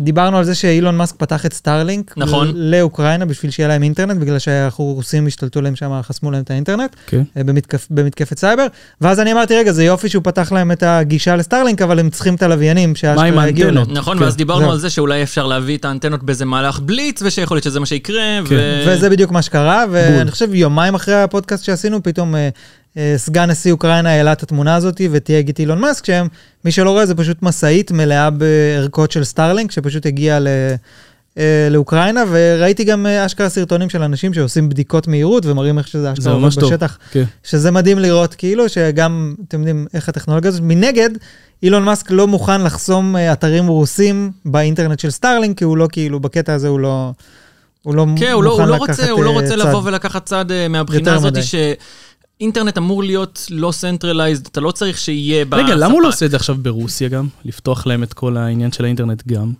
דיברנו על זה שאילון מאסק פתח את סטארלינק. נכון. ל- לאוקראינה בשביל שיהיה להם אינטרנט, בגלל שהרוסים השתלטו להם שם, חסמו להם את האינטרנט כן. אה, במתקפ, במתקפת סייבר. ואז אני אמרתי, רגע, זה יופי שהוא פתח להם את הגישה לסטארלינק, אבל הם צריכים את הלוויינים מה עם שאשכרה הגיעו האנטנות? להם. נכון, כן, ואז דיברנו זהו. על זה שאולי אפשר להביא את האנטנות באיזה מהלך בליץ, ושיכול להיות שזה מה שיקרה, כן. ו... וזה בדיוק מה שקרה, בול. ואני חושב יומיים אחרי הפודקאסט שעשינו, פתאום אה, אה, סגן נשיא אוקראינה העלה את התמונה הזאת ותייג את אילון מאסק, שהם, מי שלא רואה, זה פשוט משאית מלאה בערכות של סטארלינק, שפשוט הגיעה ל... אה, לאוקראינה, וראיתי גם אה, אשכרה סרטונים של אנשים שעושים בדיקות מהירות ומראים איך שזה זה אשכרה ממש עובד טוב. בשטח. כן. שזה מדהים לראות, כאילו, שגם, אתם יודעים איך הטכנולוגיה הזאת. מנגד, אילון מאסק לא מוכן לחסום אה, אתרים רוסים באינטרנט של סטארלינג, כי הוא לא, כאילו, בקטע הזה הוא לא... הוא לא כן, הוא לא, הוא מוכן לא לקחת, רוצה, הוא לא אה, רוצה צד. לבוא ולקחת צד אה, מהבחינה יותר הזאת מדי. שאינטרנט אמור להיות לא סנטרלייזד, אתה לא צריך שיהיה אה, בספק. רגע, למה הוא לא עושה את זה עכשיו ברוסיה גם? לפתוח להם את כל העניין של האינטרנט גם.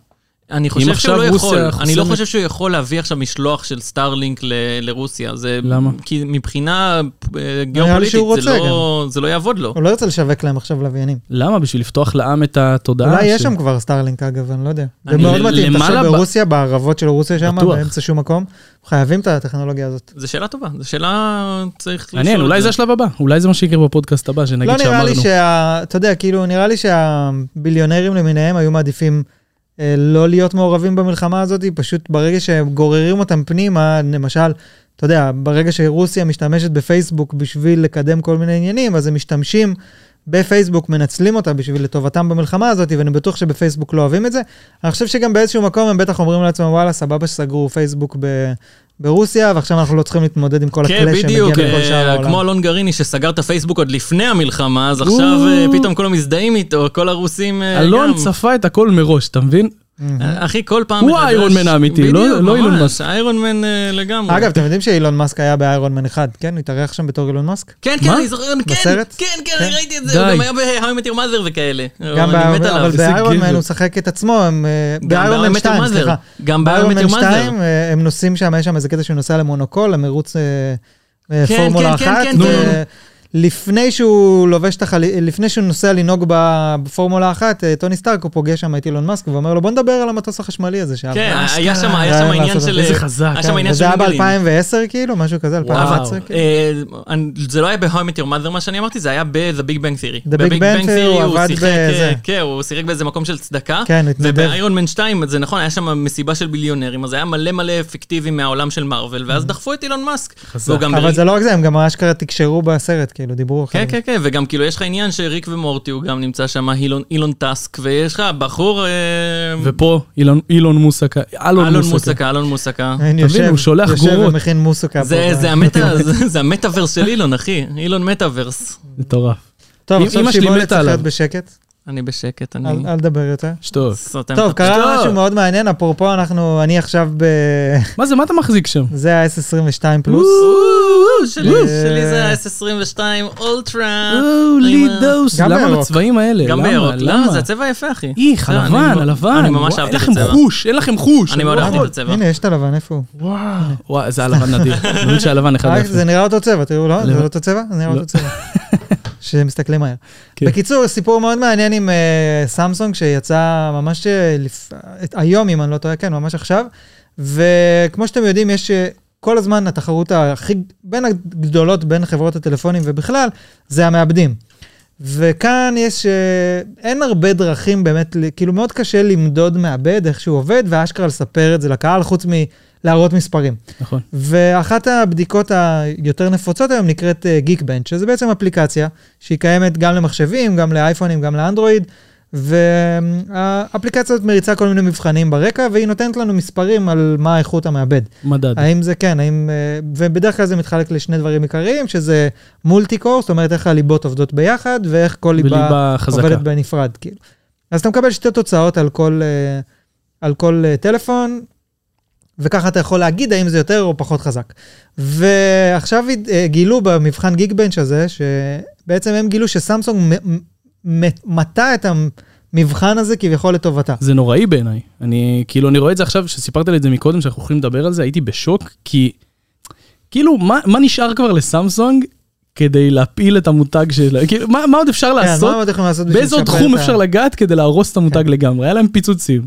אני אם חושב עכשיו שהוא לא יכול, רוסיה אני לא חוסמת- חושב שהוא יכול להביא עכשיו משלוח של סטארלינק ל- לרוסיה. זה... למה? כי מבחינה אה, נראה לי גיאופוליטית שהוא זה רוצה לא- זה לא יעבוד לו. הוא לא ירצה לשווק להם עכשיו לוויינים. למה? בשביל לפתוח לעם את התודעה? אולי אה, ש- יש שם כבר סטארלינק, אגב, אני לא יודע. זה אני- מאוד ל- מתאים, למעלה תחשוב ב- ברוסיה, בערבות של רוסיה שם, בטוח. באמצע שום מקום. חייבים את הטכנולוגיה הזאת. זו שאלה טובה, זו שאלה צריך לשאול. מעניין, את אולי זה השלב הבא, אולי זה מה שיקרה בפודקאסט הבא, שנגיד לא נראה לי שאמרנו. שה... אתה יודע, כאילו, נראה לי שהביליונרים למיניהם היו מעדיפים אה, לא להיות מעורבים במלחמה הזאת, פשוט ברגע שהם גוררים אותם פנימה, למשל, אתה יודע, ברגע שרוסיה משתמשת בפייסבוק בשביל לקדם כל מיני עניינים, אז הם משתמשים בפייסבוק, מנצלים אותה בשביל לטובתם במלחמה הזאת, ואני בטוח שבפייסבוק לא אוהבים את זה. אני חושב שגם באיזשהו מקום הם בטח אומרים לעצמם, וואלה, סבבה שסגרו פייסבוק ב... ברוסיה, ועכשיו אנחנו לא צריכים להתמודד עם כל כן, הכלי שמגיע בדיוק, מכל אה, שאר העולם. כמו אלון גריני שסגר את הפייסבוק עוד לפני המלחמה, אז עכשיו או. אה, פתאום כולם מזדהים איתו, כל הרוסים אה, גם. אלון צפה את הכל מראש, אתה מבין? אה, אחי, כל פעם... הוא מחדש- האיירון מן האמיתי, לא- בדיוק, לא אילון ממש, מאסק. האיירון מן אה, לגמרי. אגב, אתם יודעים שאילון מאסק היה באיירון מן אחד, כן? הוא התארח שם בתור אילון מאסק? כן, כן, מה? אני זוכר, כן, בסרט? כן, כן, כן. אני ראיתי את זה, הוא די. גם היה ב-How I Met Your Mother וכאלה. גם לא, אני מת באיירון- עליו. אבל איזה באיירון מן גבר. הוא משחק את עצמו, הם... אה, גם באיירון ב-Iron Man מן 2, Mother. סליחה. גם באיירון ב-Iron Man מן 2, 2, אה, הם נוסעים שם, יש שם איזה קטע שהוא נוסע למונוקול, למרוץ אה, אה, כן, פורמולה כן, כן, אחת. כן, נו, אה, נו, נו. לפני שהוא לובש את החלי... לפני שהוא נוסע לנהוג ב- בפורמולה אחת, אה, טוני סטארק, הוא פוגש שם את אילון מאסק ואומר לו, בוא נדבר על המטוס החשמלי הזה שהיה. כן, ממש היה שם היה רעיון שם עניין לעשות של... את כן, איזה אה, חזק, היה שם עניין של וזה היה גלגלים. ב-2010 כאילו, משהו כזה, וואו. 2011. כאילו. אה, אני- זה לא היה ב-How I Met Your Mother מה שאני אמרתי, זה היה ב-The Big Bang Theory. The Big ב-Big Bang Theory הוא עבד שיחק, בזה. אה, כן, הוא שיחק באיזה מקום של צדקה. כן, הוא התנדב. ובאיירון מן 2, זה נכון, היה שם מסיבה של ביליונרים, אז היה מלא מלא פיקטיבים מהעולם של מארוול, ואז דחפו את אילון מאסק. חזק. והוא גם Mm. אבל בריק- זה לא רק זה, הם גם אשכרה תקשרו בסרט, כאילו, דיברו אחד כן, עם כן, כן, וגם כאילו יש לך עניין שריק ומורטי הוא גם נמצא שם, אילון- אילון טאסק, ויש לך בחור... אה, ופה אילון- אילון מוסקה, אלון אלון מוסקה. מוסקה, אלון מוסקה. אין, תבין, יושב- הוא שולח יושב גורות. ומכין מוסוקה. זה- פה. זה המטה- זה- זה המטאוורס של אילון, אחי. אילון מטאוורס. מטורף. טוב, אם- עכשיו אמא שלי שיבולת מתה צריך עליו. להיות בשקט, אני בשקט, אני... אל אל דבר יותר. שטוב. סותם את טוב, הפה. קרה טוב. משהו מאוד מעניין, אפרופו אנחנו, אני עכשיו ב... מה זה, מה אתה מחזיק שם? זה ה-S22 פלוס. או, שלי וואו. אה. שלי זה ה-S22 אולטרה. או, לידוס, גם למה בירוק. הצבעים האלה? גם אה, למה? בירוק. למה? למה? זה הצבע יפה, אחי. איך, לא, אני הלבן, מ- הלבן. אני ממש וואי, אהבתי את אין לכם הצבע. חוש, אין לכם חוש. אני מאוד לא אהבתי יכול. את הצבע. הנה, יש את הלבן, איפה הוא? וואו, וואי, זה הלבן נדיר. באמת שהלבן אחד אה, יפה. זה נראה אותו צבע, תראו, לא? זה למה? לא אותו צבע? זה נראה לא. אותו צבע. שמסתכלים מהר. כן. בקיצור, סיפור מאוד מעניין עם אה, סמסונג, שיצא ממש אה, לפ- את- היום, אם אני לא טועה, כן, ממש עכשיו. וכמו שאתם יודעים, יש אה, כל הזמן התחרות הכי, בין הגדולות בין חברות הטלפונים ובכלל, זה המעבדים. וכאן יש, אה, אין הרבה דרכים באמת, ל- כאילו מאוד קשה למדוד מעבד, איך שהוא עובד, ואשכרה לספר את זה לקהל, חוץ מלהראות מספרים. נכון. ואחת הבדיקות היותר נפוצות היום נקראת גיקבנץ', שזה בעצם אפליקציה שהיא קיימת גם למחשבים, גם לאייפונים, גם לאנדרואיד, והאפליקציה הזאת מריצה כל מיני מבחנים ברקע, והיא נותנת לנו מספרים על מה איכות המעבד. מדד. האם זה כן, האם... אה, ובדרך כלל זה מתחלק לשני דברים עיקריים, שזה מולטי קור, זאת אומרת איך הליבות עובדות ביחד, ואיך כל ליבה וליבה חזקה. עובדת בנפרד, כאילו. אז אתה מקבל שתי תוצאות על כל, אה, על כל אה, טלפון, וככה אתה יכול להגיד האם זה יותר או פחות חזק. ועכשיו אה, גילו במבחן גיגבנץ' הזה, שבעצם הם גילו שסמסונג מ- מ- מ- מטה את המבחן הזה כביכול לטובתה. זה נוראי בעיניי. אני, כאילו, אני רואה את זה עכשיו, שסיפרת לי את זה מקודם, שאנחנו הולכים לדבר על זה, הייתי בשוק, כי, כאילו, מה, מה נשאר כבר לסמסונג כדי להפיל את המותג שלה? כאילו, מה, מה עוד אפשר כן, לעשות? מה עוד יכולים לעשות בשביל באיזה עוד לשפר תחום את ה- כן. אפשר לגעת כדי להרוס את המותג לגמרי? היה להם פיצוצים.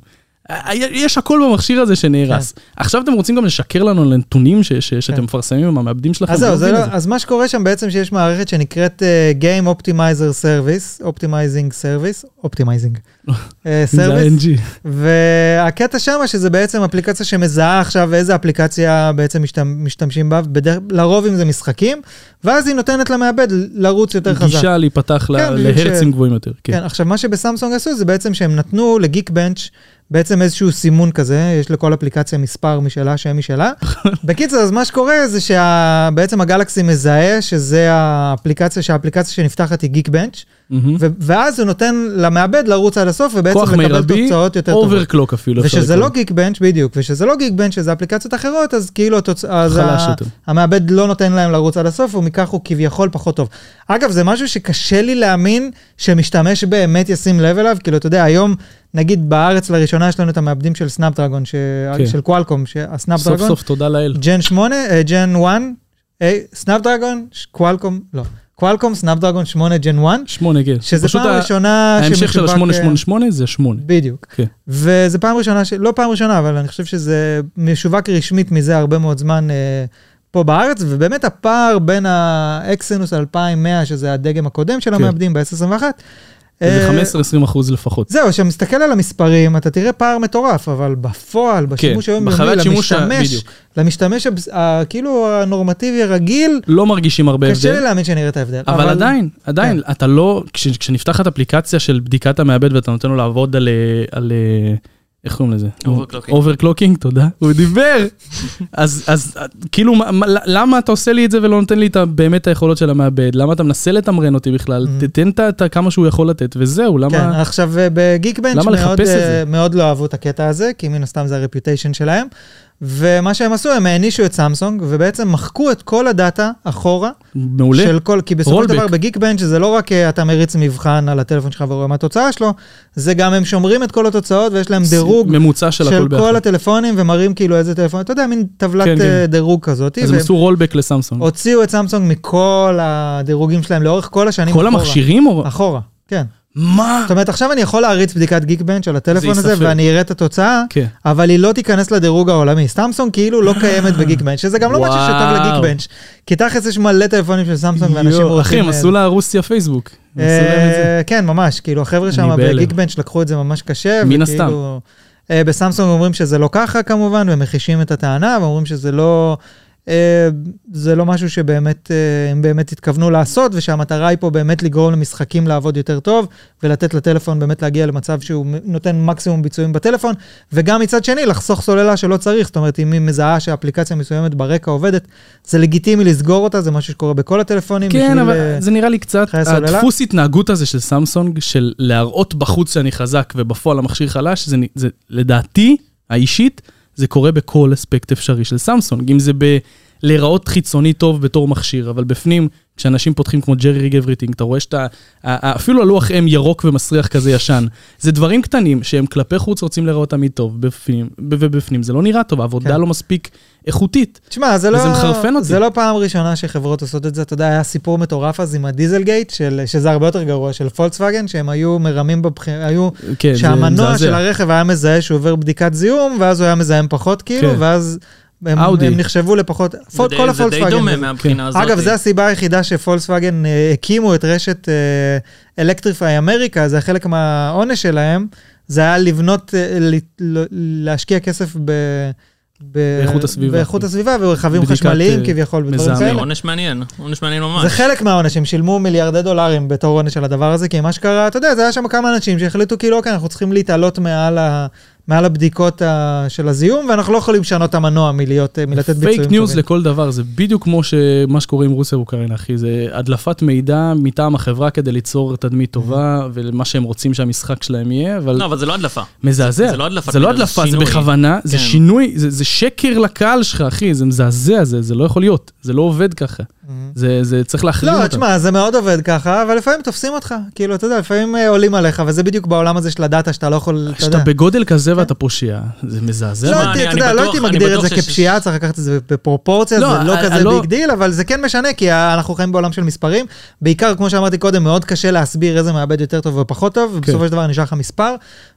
היה- יש הכל במכשיר הזה שנהרס. כן. עכשיו אתם רוצים גם לשקר לנו על הנתונים ש- ש- שאתם מפרסמים עם המעבדים שלכם? אז אני כן. זהו, זה מבין לא, את זה. אז מה שקורה שם בעצם שיש מערכת שנקראת אה, Game Optimizer Service, Optimizing Service, Optimizing אה, אם זה Service, ה-NG. והקטע שם שזה בעצם אפליקציה שמזהה עכשיו איזה אפליקציה בעצם משת- משתמשים בה, בדרך, לרוב אם זה משחקים, ואז היא נותנת למעבד לרוץ יותר חזק. גישה להיפתח ל- כן, בשביל להרצים ש- גבוהים יותר. כן. כן, עכשיו מה שבסמסונג עשו זה בעצם שהם נתנו לגיק בנץ' בעצם איזשהו סימון כזה, יש לכל אפליקציה מספר משלה, שם משלה. בקיצור, אז מה שקורה זה שבעצם הגלקסי מזהה שזה האפליקציה, שהאפליקציה שנפתחת היא גיק בנץ', מהמם. ו- ואז הוא נותן למעבד לרוץ עד הסוף כוח ובעצם לקבל מרבי, תוצאות יותר טובות. אוברקלוק אפילו. כאילו אפשר ושזה לקרוא. לא גיק בנץ', בדיוק, ושזה לא גיק בנץ', שזה אפליקציות אחרות, אז כאילו התוצ... אז חלש ה... יותר. המעבד לא נותן להם לרוץ עד הסוף, ומכך הוא כביכול פחות טוב. אגב, זה משהו שקשה לי להאמין שמשתמש באמת ישים לב אליו, כאילו, אתה יודע, היום, נגיד בארץ לראשונה יש לנו את המעבדים של סנאפדרגון, ש... כן. כן. של קואלקום, סוף שהסנאפדרגון, סוף תודה לאל. ג'ן 8, אה, ג'ן 1, אה, סנאפדרגון, ש- קואלקום, לא, קואלקום, סנאפדרגון 8, ג'ן 1, שמונה, כן. שזה פשוט פעם ה- ראשונה ההמשך של שמשווק, אה, ה-888 זה שמונה. בדיוק. כן. וזה פעם ראשונה, ש... לא פעם ראשונה, אבל אני חושב שזה משווק רשמית מזה הרבה מאוד זמן אה, פה בארץ, ובאמת הפער בין האקסנוס 2100, שזה הדגם הקודם של כן. המעבדים ב-S21, אה, זה 15-20 אחוז לפחות. זהו, כשאתה מסתכל על המספרים, אתה תראה פער מטורף, אבל בפועל, בשימוש כן, היומיומי, בחוויית שימוש ה- למשתמש, בדיוק. למשתמש הבס- ה- כאילו הנורמטיבי הרגיל, לא מרגישים הרבה קשה לי הבדל. להאמין שנראה את ההבדל. אבל עדיין, כן. עדיין, אתה לא, כש- כשנפתחת אפליקציה של בדיקת המעבד ואתה נותן לו לעבוד על, אה, על אה, איך קוראים לזה? Overclocking. אוברקלוקינג, תודה. הוא דיבר! אז, אז אה, כאילו, מה- מה- למה אתה עושה לי את זה ולא נותן לי את ה- באמת היכולות של המעבד? למה אתה מנסה לתמרן אותי בכלל? Mhm. תתן את ה- את ה- כמה שהוא יכול לתת, וזהו, כן, למה... עכשיו אה, בגיק בנץ' למה מאוד, לחפש את אה, זה? מאוד לא אהבו את הקטע הזה, כי מן הסתם זה הרפיוטיישן שלהם. ומה שהם עשו, הם הענישו את סמסונג, ובעצם מחקו את כל הדאטה אחורה. מעולה. של כל, כי בסופו של Rollback. דבר בגיק בנץ' זה לא רק אה, אתה מריץ מבחן על הטלפון שלך ורואה מה התוצאה שלו, זה גם הם שומרים את כל התוצאות ויש להם דירוג ממוצע של הכל של ביחד. כל הטלפונים ומראים כאילו איזה טלפון, אתה יודע, מין טבלת כן, כן. אה, דירוג כזאת. אז הם והם עשו רולבק לסמסונג. הוציאו את סמסונג מכל הדירוגים שלהם לאורך כל השנים כל אחורה. המכשירים? או- אחורה, כן. מה? זאת אומרת, עכשיו אני יכול להריץ בדיקת גיק בנץ' על הטלפון זה הזה, ייספר. ואני אראה את התוצאה, כן. אבל היא לא תיכנס לדירוג העולמי. סמסונג כאילו לא קיימת בגיק בנץ', שזה גם לא משהו שטוב וואו. לגיק בנץ', כי תכלס יש מלא טלפונים של סמסונג, ואנשים יואו, רוצים... אחי, הם אה, עשו לה רוסיה פייסבוק. הם עשו להם את זה. אה, כן, ממש, כאילו, החבר'ה אני שם בהלם. בגיק בנץ' לקחו את זה ממש קשה. מן וכאילו, הסתם. אה, בסמסונג אומרים שזה לא ככה כמובן, ומחישים את הטענה, ואומרים שזה לא... אה, זה לא משהו שבאמת, אה, הם באמת התכוונו לעשות, ושהמטרה היא פה באמת לגרום למשחקים לעבוד יותר טוב, ולתת לטלפון באמת להגיע למצב שהוא מ- נותן מקסימום ביצועים בטלפון, וגם מצד שני, לחסוך סוללה שלא צריך, זאת אומרת, אם היא מזהה שהאפליקציה מסוימת ברקע עובדת, זה לגיטימי לסגור אותה, זה משהו שקורה בכל הטלפונים. כן, בשביל, אבל אה, זה נראה לי קצת, חיי סוללה? הדפוס התנהגות הזה של סמסונג, של להראות בחוץ שאני חזק ובפועל המכשיר חלש, זה, נ- זה לדעתי, האישית, זה קורה בכל אספקט אפשרי של סמסונג. אם זה ב... להיראות חיצוני טוב בתור מכשיר, אבל בפנים, כשאנשים פותחים כמו ג'רי ריג אבריטינג, אתה רואה שאתה, ה- ה- אפילו הלוח אם ירוק ומסריח כזה ישן. זה דברים קטנים שהם כלפי חוץ רוצים להיראות תמיד טוב, בפנים, ב- ובפנים זה לא נראה טוב, העבודה כן. לא מספיק איכותית. תשמע, זה לא... וזה מחרפן אותי. זה לא פעם ראשונה שחברות עושות את זה. אתה יודע, היה סיפור מטורף אז עם הדיזלגייט, של, שזה הרבה יותר גרוע, של פולקסווגן, שהם היו מרמים בבחירה, היו... כן, זה שהמנוע מזעזע. של הרכב היה מזהה שהוא עובר בדיקת זיהום, ואז הוא היה מזהם פחות, כאילו, כן. ואז הם, אאודי. הם נחשבו לפחות... זה כל די- זה די הפולקסווגן דומה וזה. כן. מהבחינה הזאת. לא, אגב, זו הסיבה היחידה שפולקסווגן אה, הקימו את רשת אלקטריפיי אמריקה, זה חלק מהעונש שלהם, זה היה לבנות, אה, ל- ל- להשקיע כסף ב... ב- באיכות הסביבה. באיכות הסביבה ורכבים בדיקת, חשמליים אה, כביכול, ודברים מזהמים. זה כאלה. עונש מעניין, עונש מעניין ממש. זה חלק מהעונש, הם שילמו מיליארדי דולרים בתור עונש על הדבר הזה, כי מה שקרה, אתה יודע, זה היה שם כמה אנשים שהחליטו כאילו, אוקיי, אנחנו צריכים להתעלות מעל, ה, מעל הבדיקות ה, של הזיהום, ואנחנו לא יכולים לשנות את המנוע מלהיות, אה, מלתת ביצועים פייק ניוז טובים. לכל דבר, זה בדיוק כמו ש- מה שקורה עם רוסיה ואוקראינה, אחי, זה הדלפת מידע מטעם החברה כדי ליצור תדמית טובה Mm-hmm. ולמה שהם רוצים שהמשחק שלהם יהיה, אבל לא, אבל זה לא הדלפה. מזעזע. זה לא הדלפת זה לא מידע, זה הדלפה, זה שינוי. בכוונה, זה כן. שינוי, זה זה שקר לקהל שלך, אחי, זה מזעזע, זה זה לא יכול להיות, זה לא עובד ככה. זה זה צריך להחרים Mm-hmm. לא, אותם. תשמע, זה מאוד עובד ככה, אבל לפעמים תופסים אותך. כאילו, אתה יודע, לפעמים אה, עולים עליך, וזה בדיוק בעולם הזה של הדאטה שאתה לא יכול, אתה כשאתה יודע. בגודל כזה ואתה פושע, זה מזעזע. לא, מה- אני- הייתי- אתה אני יודע, לא בטוח- הייתי אני מגדיר את בטוח זה שיש- כפשיעה, צריך לקחת את זה בפרופורציה, זה לא, לא ה- כזה הלא- ביג דיל, אבל זה כן משנה, כי ה- אנחנו חיים בעולם של מספרים. בעיקר, כמו שאמרתי קודם, מאוד קשה להסביר איזה מעבד יותר טוב ופחות טוב, כן. ובסופו של דבר נשאר לך מספר.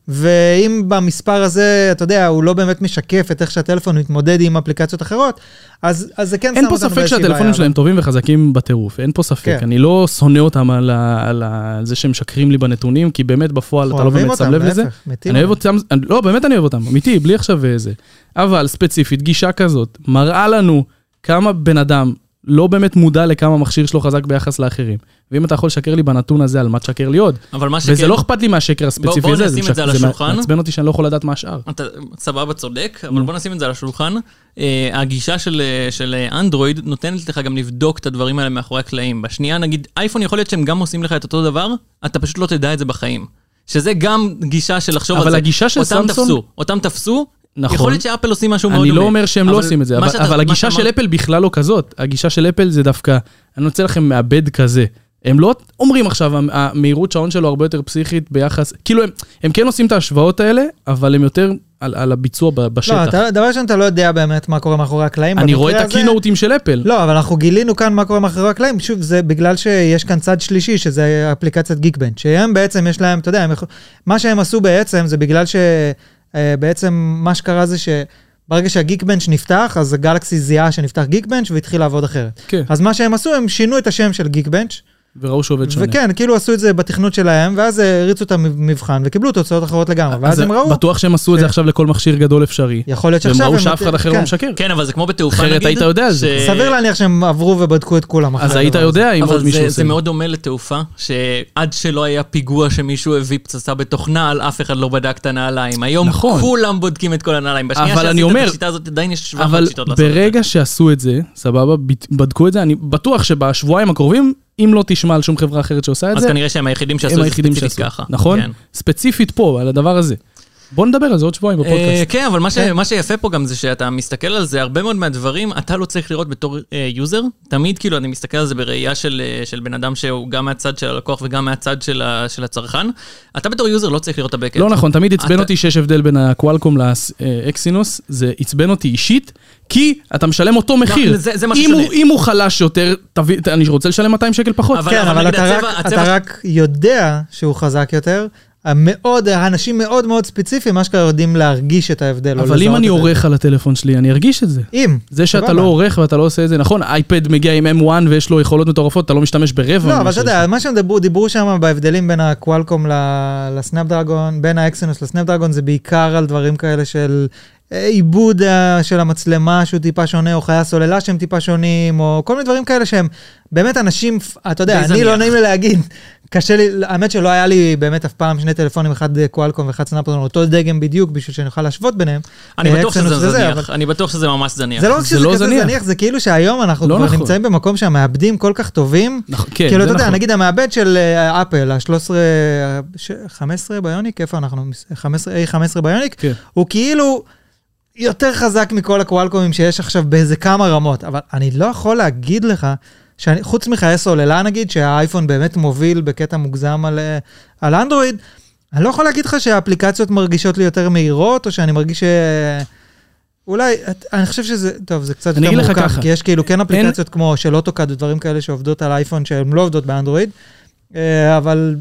ואם במספר הזה, אתה יודע, הוא לא באמת משקף את איך שהטלפון מתמודד עם אפליקציות אחרות, אז אז זה כן שם אין אותנו פה באיזושהי בעיה. לא? ספק שהטלפונים שלהם טובים וחזקים בטירוף, אין פה ספק. כן. אני לא שונא אותם על ה- על ה- על זה שהם משקרים לי בנתונים, כי באמת בפועל אתה לא אוהבים באמת שם אותם, לב לזה. להפך, מתים אני אוהב עליהם. אותם, אני- לא, באמת אני אוהב אותם, אמיתי, אה, בלי עכשיו איזה. אבל ספציפית, גישה כזאת מראה לנו כמה בן אדם לא באמת מודע לכמה המכשיר שלו חזק ביחס לאחרים. ואם אתה יכול לשקר לי בנתון הזה, על מה תשקר לי עוד? אבל מה שכן... וזה לא אכפת לי מהשקר הספציפי בוא הזה, נשים את משק- זה על השולחן. מעצבן אותי שאני לא יכול לדעת מה השאר. אתה סבבה, צודק, אבל בוא נשים את זה על השולחן. אה, הגישה של, אה, של אה, אנדרואיד נותנת לך גם לבדוק את הדברים האלה מאחורי הקלעים. בשנייה, נגיד, אייפון יכול להיות שהם גם עושים לך את אותו דבר, אתה פשוט לא תדע את זה בחיים. שזה גם גישה של לחשוב על זה. אבל הגישה של אותם סמסונג- תפסו, אותם תפסו, נכון. יכול להיות שאפל עושים משהו מאוד אני דומה. לא אומר שהם לא אבל עושים את זה, מה אבל, שאתה- אבל מה הגישה שאמרת- של אפל בכלל לא כזאת. הגישה של אפל זה דווקא, אני רוצה לכם מעבד כזה. הם לא אומרים עכשיו, "המ- המהירות שעון שלו הרבה יותר פסיכית ביחס, כאילו הם, הם כן עושים את ההשוואות האלה, אבל הם יותר על, על הביצוע ב- בשטח. לא, אתה- דבר ראשון, אתה לא יודע באמת מה קורה מאחורי הקלעים. אני במקרה רואה את הזה- הקינוטים של אפל. לא, אבל אנחנו גילינו כאן מה קורה מאחורי הקלעים. שוב, זה בגלל שיש כאן צד שלישי, שזה אפליקציית גיקבנד. שהם בעצם, יש להם, אתה יודע, הם יכול- מה שהם עשו בעצם, זה בגלל שבעצם מה שקרה זה שברגע שהגיקבנץ' נפתח, אז הגלקסי זיהה שנפתח גיקבנץ' והתחיל לעבוד אחרת. כן. אז מה שהם עשו, הם שינו את השם של גיקבנץ', וראו שעובד שונה. וכן, כאילו עשו את זה בתכנות שלהם, ואז אה, הריצו את המבחן וקיבלו תוצאות אחרות לגמרי. ואז הם ראו, בטוח שהם עשו את זה ש- עכשיו לכל מכשיר גדול אפשרי. יכול להיות והם שעכשיו... ראו הם- שאף אחד אחר לא כן. משקר. כן, אבל זה כמו בתעופה, נגיד. אחרת היית יודע על זה. ש- סביר להניח שהם עברו ובדקו את כולם. אחרי אה, אז היית הדבר הזה. יודע אם עוד אבל מישהו זה, עושה. זה מאוד דומה לתעופה, שעד שלא היה פיגוע שמישהו הביא פצצה בתוכנה, על אף אחד לא בדק את הנעליים. היום נכון. כולם בודקים את כל הנעליים. בשנייה אבל שעשית אני אומר- את השיטה הזאת, עדיין יש 700 אבל שיטות לעשות את זה. ברגע שעשו את זה, סבבה, ב- בדקו את זה, אני בטוח שבשבועיים הקרובים, אם לא תשמע על שום חברה אחרת שעושה את אז זה, כנראה שהם היחידים שעשו הם את זה היחידים ספציפית שעשו. ככה. נכון? כן. ספציפית פה, על הדבר הזה. בוא נדבר על זה עוד שבועיים אה, בפודקאסט. כן, אבל מה ש- מה שיפה פה גם זה שאתה מסתכל על זה, הרבה מאוד מהדברים אתה לא צריך לראות בתור אה, יוזר. תמיד כאילו אני מסתכל על זה בראייה של אה, של בן אדם שהוא גם מהצד של הלקוח וגם מהצד של ה- של הצרכן. אתה בתור יוזר לא צריך לראות את הבקט. לא נכון, תמיד עצבן אתה- אותי שיש הבדל בין הקוואלקום לאקסינוס, זה עצבן אותי אישית, כי אתה משלם אותו מחיר. לא, זה- זה משהו אם הוא- שונה. אם הוא חלש יותר, תביא- אני רוצה לשלם 200 שקל פחות. אבל- כן, אבל נגיד אתה הצבע- רק- הצבע- אתה רק יודע שהוא חזק יותר. המאוד, האנשים מאוד מאוד ספציפיים, אשכרה יודעים להרגיש את ההבדל. אבל או אם לא לזהות אני את זה. עורך על הטלפון שלי, אני ארגיש את זה. אם. זה שאתה סבבה. לא עורך ואתה לא עושה את זה, נכון, אייפד מגיע עם M1 ויש לו יכולות מטורפות, אתה לא משתמש ברבע. לא, ממה אבל אתה שיש יודע, לו. מה שהם דיברו- דיברו שם בהבדלים בין הקוואלקום ל- לסנאפדרגון, בין האקסנוס לסנאפדרגון, זה בעיקר על דברים כאלה של אה, עיבוד אה, של המצלמה שהוא טיפה שונה, או חיי הסוללה שהם טיפה שונים, או כל מיני דברים כאלה שהם באמת אנשים, אתה יודע, די אני לא זניח. נעים לי להגיד, קשה לי, האמת שלא היה לי באמת אף פעם שני טלפונים, אחד אה, קוואלקום ואחד סנאפדרגון, אותו דגם בדיוק, בשביל שאני אוכל להשוות ביניהם. אני אה, בטוח אקסנוס שזה וזה, אבל- זניח, אני בטוח שזה ממש זניח. זה לא רק זה שזה לא כזה זניח. זניח, זה כאילו שהיום אנחנו לא כבר נכון. נמצאים במקום שהמעבדים כל כך טובים. נכון, כן, כאילו, זה אתה יודע, נכון. נגיד המעבד של אה, אפל, ה-13, אה, ש- 15 ביוניק, איפה אנחנו? 15, A15 ביוניק, כן. הוא כאילו יותר חזק מכל הקוואלקומים שיש עכשיו באיזה כמה רמות, אבל אני לא יכול להגיד לך, שאני, חוץ מחיי סוללה נגיד, שהאייפון באמת מוביל בקטע מוגזם על, אה, על אנדרואיד, אני לא יכול להגיד לך שהאפליקציות מרגישות לי יותר מהירות, או שאני מרגיש ש... אולי, את- אני חושב שזה, טוב, זה קצת אני יותר אגיד לך מורכב, ככה. כי יש כאילו כן אפליקציות כמו של אוטוקאד ודברים כאלה שעובדות על אייפון שהן לא עובדות באנדרואיד, אה, אבל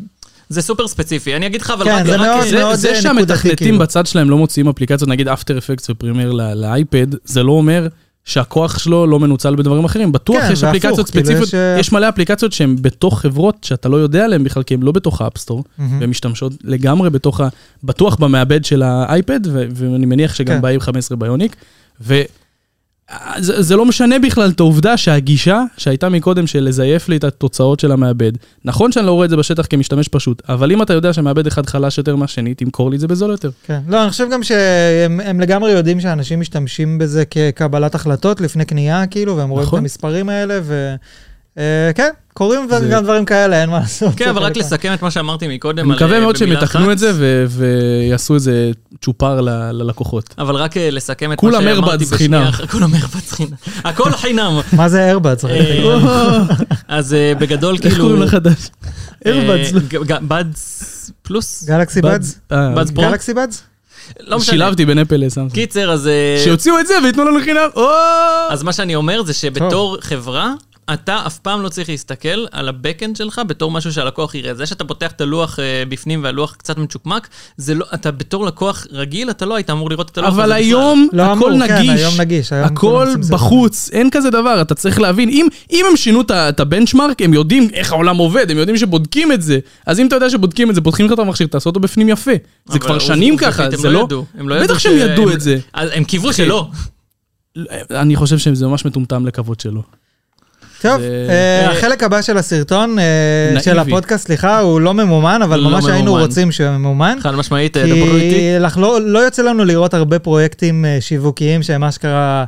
זה סופר ספציפי, אני אגיד לך, אבל כן, רק... זה רק- מאוד- זה- זה, זה נקודתי, שהמתכנתים כאילו. בצד שלהם לא מוציאים אפליקציות, נגיד אפטר אפקט ופרימייר ל- לאייפד, זה לא אומר שהכוח שלו לא מנוצל בדברים אחרים. בטוח כן, יש והפוך, אפליקציות כאילו, ספציפיות, יש, אה, יש מלא אפליקציות שהן בתוך חברות שאתה לא יודע עליהן בכלל, כי הן לא בתוך האפסטור, והן משתמשות לגמרי בתוך ה... בטוח במעבד של האייפד, ו- ואני מניח שגם כן. ב-15 ביוניק. ו... זה, זה לא משנה בכלל את העובדה שהגישה שהייתה מקודם של לזייף לי את התוצאות של המעבד, נכון שאני לא רואה את זה בשטח כמשתמש פשוט, אבל אם אתה יודע שמעבד אחד חלש יותר מהשני, תמכור לי את זה בזול יותר. כן. לא, אני חושב גם שהם הם לגמרי יודעים שאנשים משתמשים בזה כקבלת החלטות לפני קנייה, כאילו, והם רואים את נכון. המספרים האלה, ו... אה, כן, קורים גם דברים כאלה, אין מה לעשות. כן, אבל רק חלק מה- לסכם את מה שאמרתי מקודם. אני על- אה, מקווה מאוד שהם במילה יתקנו אחת, את זה ו- ויעשו איזה צ'ופר ל- ללקוחות. אבל רק אה, לסכם את מה כולם שאמרתי AirBuds בשנייה חינם. אחת. כולם ארבץ חינם. הכל חינם. מה זה איירבאדס? אה, אז אה, בגדול, כאילו... איך קוראים לחדש? אה, AirBuds. בדס פלוס? גלקסי בדס? אה, Buds Pro? גלקסי בדס? לא משנה. שילבתי בין אפל לסמסונג. קיצר, אז... אה, שיוציאו את זה וייתנו לנו חינם, או! אז מה שאני אומר זה שבתור חברה, אתה אף פעם לא צריך להסתכל על הבקאנד שלך בתור משהו שהלקוח יראה. זה שאתה פותח את הלוח אה, בפנים והלוח קצת מצ'וקמק, זה לא, אתה בתור לקוח רגיל, אתה לא היית אמור לראות את הלוח הזה אבל בכלל. היום לא הכל אמור, כן, נגיש, היום נגיש, היום כולם הכל עושים סרטון. בחוץ, אין כזה דבר, אתה צריך להבין, אם, אם הם שינו את ה- את הבנצ'מארק, הם יודעים איך העולם עובד, הם יודעים שבודקים את זה, אז אם אתה יודע שבודקים את זה, פותחים לך את המכשיר, תעשה אותו בפנים יפה. זה אבל כבר עובדתית שנים הם ככה, לא זה לא... ידעו, הם לא בטח ידעו שהם ידעו שהם- את זה. לא, אז הם קיוו שלא. אני חושב שזה ממש מטומטם לקוות שלו. טוב, זה- אה, אה, החלק הבא של הסרטון, אה, נאיבי. של הפודקאסט, סליחה, הוא לא ממומן, אבל לא ממש היינו ממומן. רוצים שהוא ממומן. חד משמעית, אה, דברו איתי. כי אנחנו לא- לא יוצא לנו לראות הרבה פרויקטים אה, שיווקיים שהם אשכרה...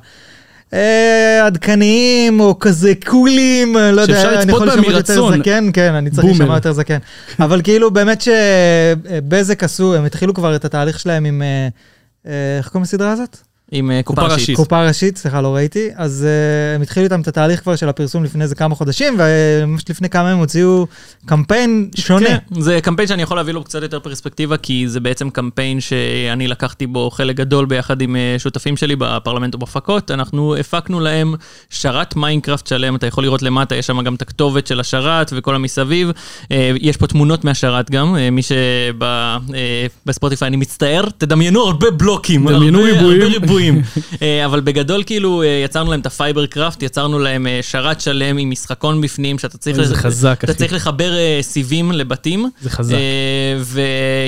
אה, עדכניים או כזה קולים, אה, לא שאפשר יודע, אני לצפות יכול בהם להישמע יותר מרצון. זקן, כן, אני צריך להישמע בומר. יותר זקן. אבל כאילו באמת שבזק עשו, הם התחילו כבר את התהליך שלהם עם, אה, אה, איך קוראים לסדרה הזאת? עם אה, קופה קופה ראשית. ראשית. קופה ראשית, סליחה, לא ראיתי. אז uh, הם התחילו איתם את התהליך כבר של הפרסום לפני איזה כמה חודשים, וממש לפני כמה הם הוציאו קמפיין שונה. כן. כן, זה קמפיין שאני יכול להביא לו קצת יותר פרספקטיבה, כי זה בעצם קמפיין שאני לקחתי בו חלק גדול ביחד עם אה, שותפים שלי בפרלמנט ובהפקות. אנחנו הפקנו להם שרת מיינקראפט שלם, אתה יכול לראות למטה, יש שם גם את הכתובת של השרת וכל המסביב. אה, יש פה תמונות מהשרת גם, אה, מי שבספוטיפיי, אני מצטער, תדמיינו הרבה בלוקים. דמיינו הרבה- ריבועים. הרבה ריבועים. אה, אבל בגדול, כאילו, אה, יצרנו להם את הפייבר קראפט, יצרנו להם אה, שרת שלם עם משחקון בפנים, שאתה צריך... אוי, זה לח- חזק, אתה אחי. צריך לחבר אה, סיבים לבתים. זה חזק. אה,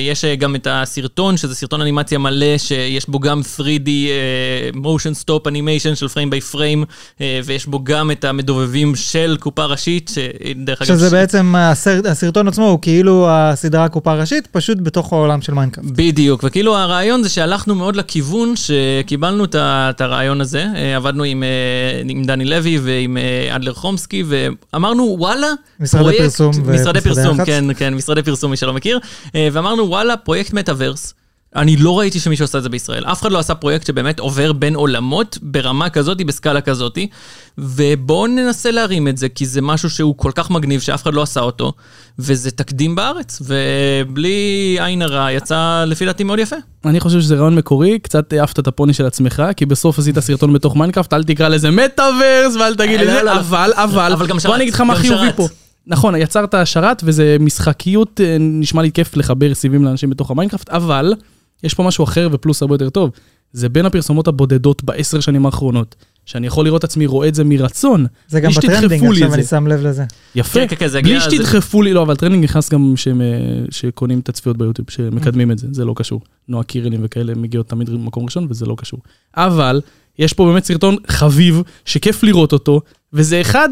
ויש אה, גם את הסרטון, שזה סרטון אנימציה מלא, שיש בו גם 3D אה, motion stop animation של פריים ביי פריים, אה, ויש בו גם את המדובבים של קופה ראשית, שדרך אגב... שזה ש- בעצם אה, הסרט, הסרטון עצמו הוא כאילו הסדרה הקופה הראשית, פשוט בתוך העולם של מיינקראפט. בדיוק, וכאילו הרעיון זה שהלכנו מאוד לכיוון שקיבלנו את ה- את הרעיון הזה, אה, עבדנו עם, אה, עם דני לוי ועם אה, אדלר חומסקי, ואמרנו וואלה, משרדי פרסום ו- משרדי משרדי פרסום, לחץ. כן, כן, משרדי פרסום, מי שלא מכיר, אה, ואמרנו וואלה, פרויקט מטאוורס. אני לא ראיתי שמישהו עשה את זה בישראל. אף אחד לא עשה פרויקט שבאמת עובר בין עולמות ברמה כזאת, בסקאלה כזאת, ובואו ננסה להרים את זה, כי זה משהו שהוא כל כך מגניב שאף אחד לא עשה אותו, וזה תקדים בארץ, ובלי עין הרע יצא לפי דעתי מאוד יפה. אני חושב שזה רעיון מקורי, קצת העפת את הפוני של עצמך, כי בסוף עשית סרטון בתוך מיינקראפט, אל תקרא לזה מטאוורס ואל תגיד לי אה, לא, זה, לא, לא. אבל, אבל, אבל גם שרת, בוא אני אגיד לך מה גם חיובי שרת. פה. נכון, יצרת שרת וזה משחקיות, אה, נשמע לי כיף לחבר סיבים לאנשים בתוך המיינקראפט, אבל יש פה משהו אחר ופלוס הרבה יותר טוב. זה בין הפרסומות הבודדות בעשר שנים האחרונות, שאני יכול לראות עצמי רואה את זה מרצון. זה גם בלי שתדחפו בטרנדינג, לי עכשיו את אני זה. שם לב לזה. יפה. כן, כן, כן, זה בלי הגיע- זה- שתדחפו לי, לא, אבל טרנינג נכנס גם שהם, אה, שקונים את הצפיות ביוטיוב, שמקדמים את זה, זה לא קשור. נועה קירלים וכאלה מגיעות תמיד למקום ראשון, וזה לא קשור. אבל, יש פה באמת סרטון חביב, שכיף לראות אותו, וזה אחד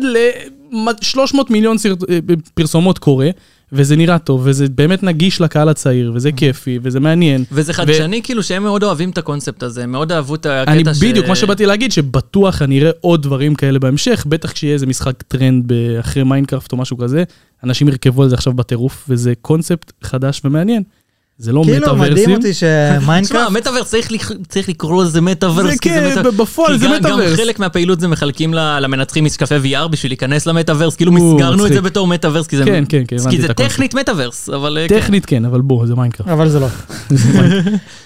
ל-300 מיליון סרט... אה, פרסומות קורה, וזה נראה טוב, וזה באמת נגיש לקהל הצעיר, וזה כיפי, וזה מעניין. וזה חדשני, כאילו שהם מאוד אוהבים את הקונספט הזה, הם מאוד אהבו את הקטע אני בדיוק, אה, מה שבאתי להגיד, שבטוח אני אראה עוד דברים כאלה בהמשך, בטח כשיהיה איזה משחק טרנד ב- אחרי מיינקראפט או משהו כזה, אנשים ירכבו על זה עכשיו בטירוף, וזה קונספט חדש ומעניין. זה לא כאילו מדהים מטאוורסים. אותי תשמע, שמיינקראפט, מטאוורס צריך לכ- צריך לקרוא לזה מטאוורס, זה כי כן, מטא- בפועל כי זה גם- מטאוורס. גם חלק מהפעילות זה מחלקים ל- למנצחים משקפי VR בשביל להיכנס למטאוורס, כאילו או, מסגרנו את מצחיק. זה בתור מטאוורס, כי זה כן, כן, כן, הבנתי כי את זה הקונספט. טכנית מטאוורס, אבל אה, כן. טכנית כן, אבל בוא, זה מיינקראפט. אבל זה לא.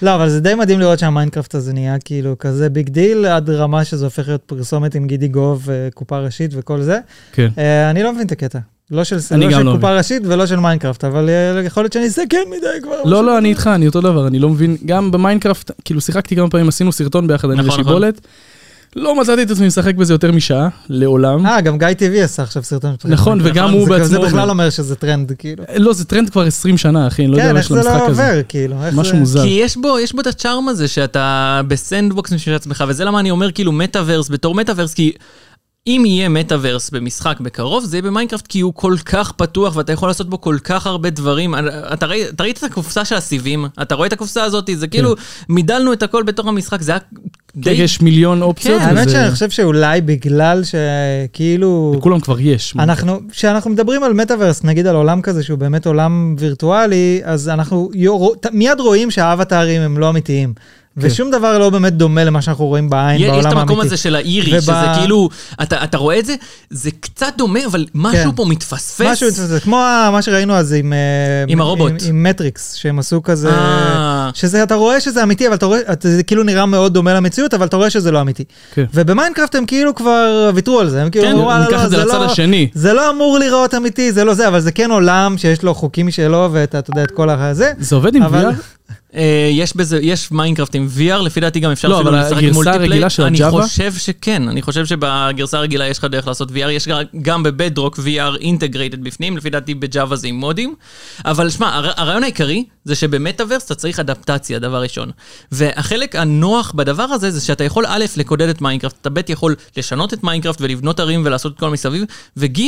לא, אבל זה די מדהים לראות שהמיינקראפט הזה נהיה כאילו כזה ביג דיל, עד רמה שזה הופך להיות פרסומת עם גידי גוב, אה, קופה ראשית וכל זה. כן. אה, אני לא מבין את הקטע. לא של, אני לא גם של לא קופה ראשית ולא של מיינקראפט, אבל אה, יכול להיות שאני זקן מדי כבר. לא, לא, אני איתך, אני אותו דבר, אני לא מבין. גם במיינקראפט, כאילו שיחקתי כמה פעמים, עשינו סרטון ביחד, אני נכון, נכון. ושיבולת. לא מצאתי את עצמי משחק בזה יותר משעה, לעולם. אה, גם גיא טיווי עשה עכשיו סרטון. של נכון, מיינקראפט. וגם הוא זה- זה בעצמו בכלל אומר. אומר שזה טרנד, כאילו. לא, זה טרנד כבר 20 שנה, אחי, אני לא יודע כן, מה איך יש זה למשחק לא הזה. עובר, כאילו. איך משהו זה- מוזר. כי יש בו, יש בו את הצ'ארם הזה שאתה בסנדבוקס בשביל עצמך, וזה למה אני אומר כאילו מטאוורס בתור מטאוורס, כי אם יהיה מטאוורס במשחק בקרוב, זה יהיה במיינקראפט, כי הוא כל כך פתוח ואתה יכול לעשות בו כל כך הרבה דברים. אתה, ראי, אתה ראית את הקופסה של הסיבים? אתה רואה את הקופסה הזאת? זה כאילו, מידלנו את הכל בתוך המשחק, זה היה כן, די... יש מיליון אופציות, כן, האמת וזה- שאני חושב שאולי בגלל שכאילו... לכולם כבר יש. אנחנו, כשאנחנו מדברים על מטאוורס, נגיד על עולם כזה שהוא באמת עולם וירטואלי, אז אנחנו יור, ת- מיד רואים שהאבטארים הם לא אמיתיים. כן. ושום דבר לא באמת דומה למה שאנחנו רואים בעין, יש בעולם את האמיתי. המקום הזה של האירי, וב- שזה כאילו, אתה, אתה רואה את זה? זה קצת דומה, אבל משהו כן. פה מתפספס. משהו, זה כמו ה- מה שראינו אז עם... אה, עם הרובוט. עם, עם מטריקס, שהם עשו כזה... אה. שזה, אתה רואה שזה אמיתי, אבל אתה רואה, אתה- זה כאילו נראה מאוד דומה למציאות, אבל אתה רואה שזה לא אמיתי. כן. ובמיינקראפט הם כאילו כבר ויתרו על זה, הם כאילו, כן, וואלה, ניקח לא, את זה זה לצד לא... השני." זה לא אמור להיראות אמיתי, זה לא זה, אבל זה כן עולם שיש לו חוקים משלו, ואתה אתה יודע, את כל הזה. זה עובד עם VR? אבל- אה, יש בזה, יש מיינקראפט עם VR, לפי דעתי גם אפשר לא, אפילו אבל לשחק הגרסה מולטיפליי. הרגילה של אני ה-Java? חושב שכן, אני חושב שבגרסה הרגילה יש לך דרך לעשות VR, יש גם בבדרוק VR אינטגרייטד בפנים, לפי דעתי בג'אווה זה עם מודים. אבל שמע, הר- הרעיון העיקרי זה שבמטאוורס אתה צריך אדפטציה, דבר ראשון. והחלק הנוח בדבר הזה זה שאתה יכול א', לקודד את מיינקראפט, אתה ב', יכול לשנות את מיינקראפט ולבנות ערים ולעשות את כל מסביב, וג',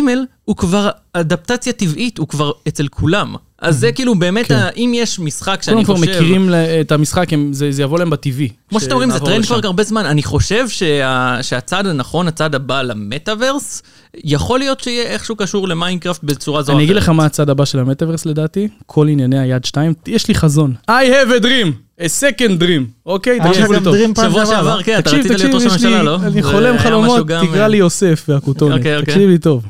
הוא כבר אדפטציה טבעית, הוא כבר אצל כולם. אז זה כאילו באמת, כן. ה- אם יש משחק כולם שאני חושב... כבר מכירים ל- את המשחק, הם- זה זה יבוא להם בטבעי. כמו שאתם אומרים, זה שנעבור טרנד לשם. כבר הרבה זמן. אני חושב שה... שהצעד הנכון, הצעד הבא למטאוורס, יכול להיות שיהיה איכשהו קשור למיינקראפט בצורה זו או אני אגיד אחרת. לך מה הצעד הבא של המטאוורס לדעתי, כל ענייני היד 2, יש לי חזון. I have a dream, a second dream, אוקיי? היה לך תקשיבו לי גם טוב. דרים פעם שבוע שעבר. לא? שעבר, כן, אתה תקשיב, רצית להיות תקשיב, ראש יש הממשלה, לי- לא? אני זה חולם היה חלומות, משהו גם, אה, תקרא לי יוסף והכותונת. אוקיי, אוקיי. תקשיב לי טוב.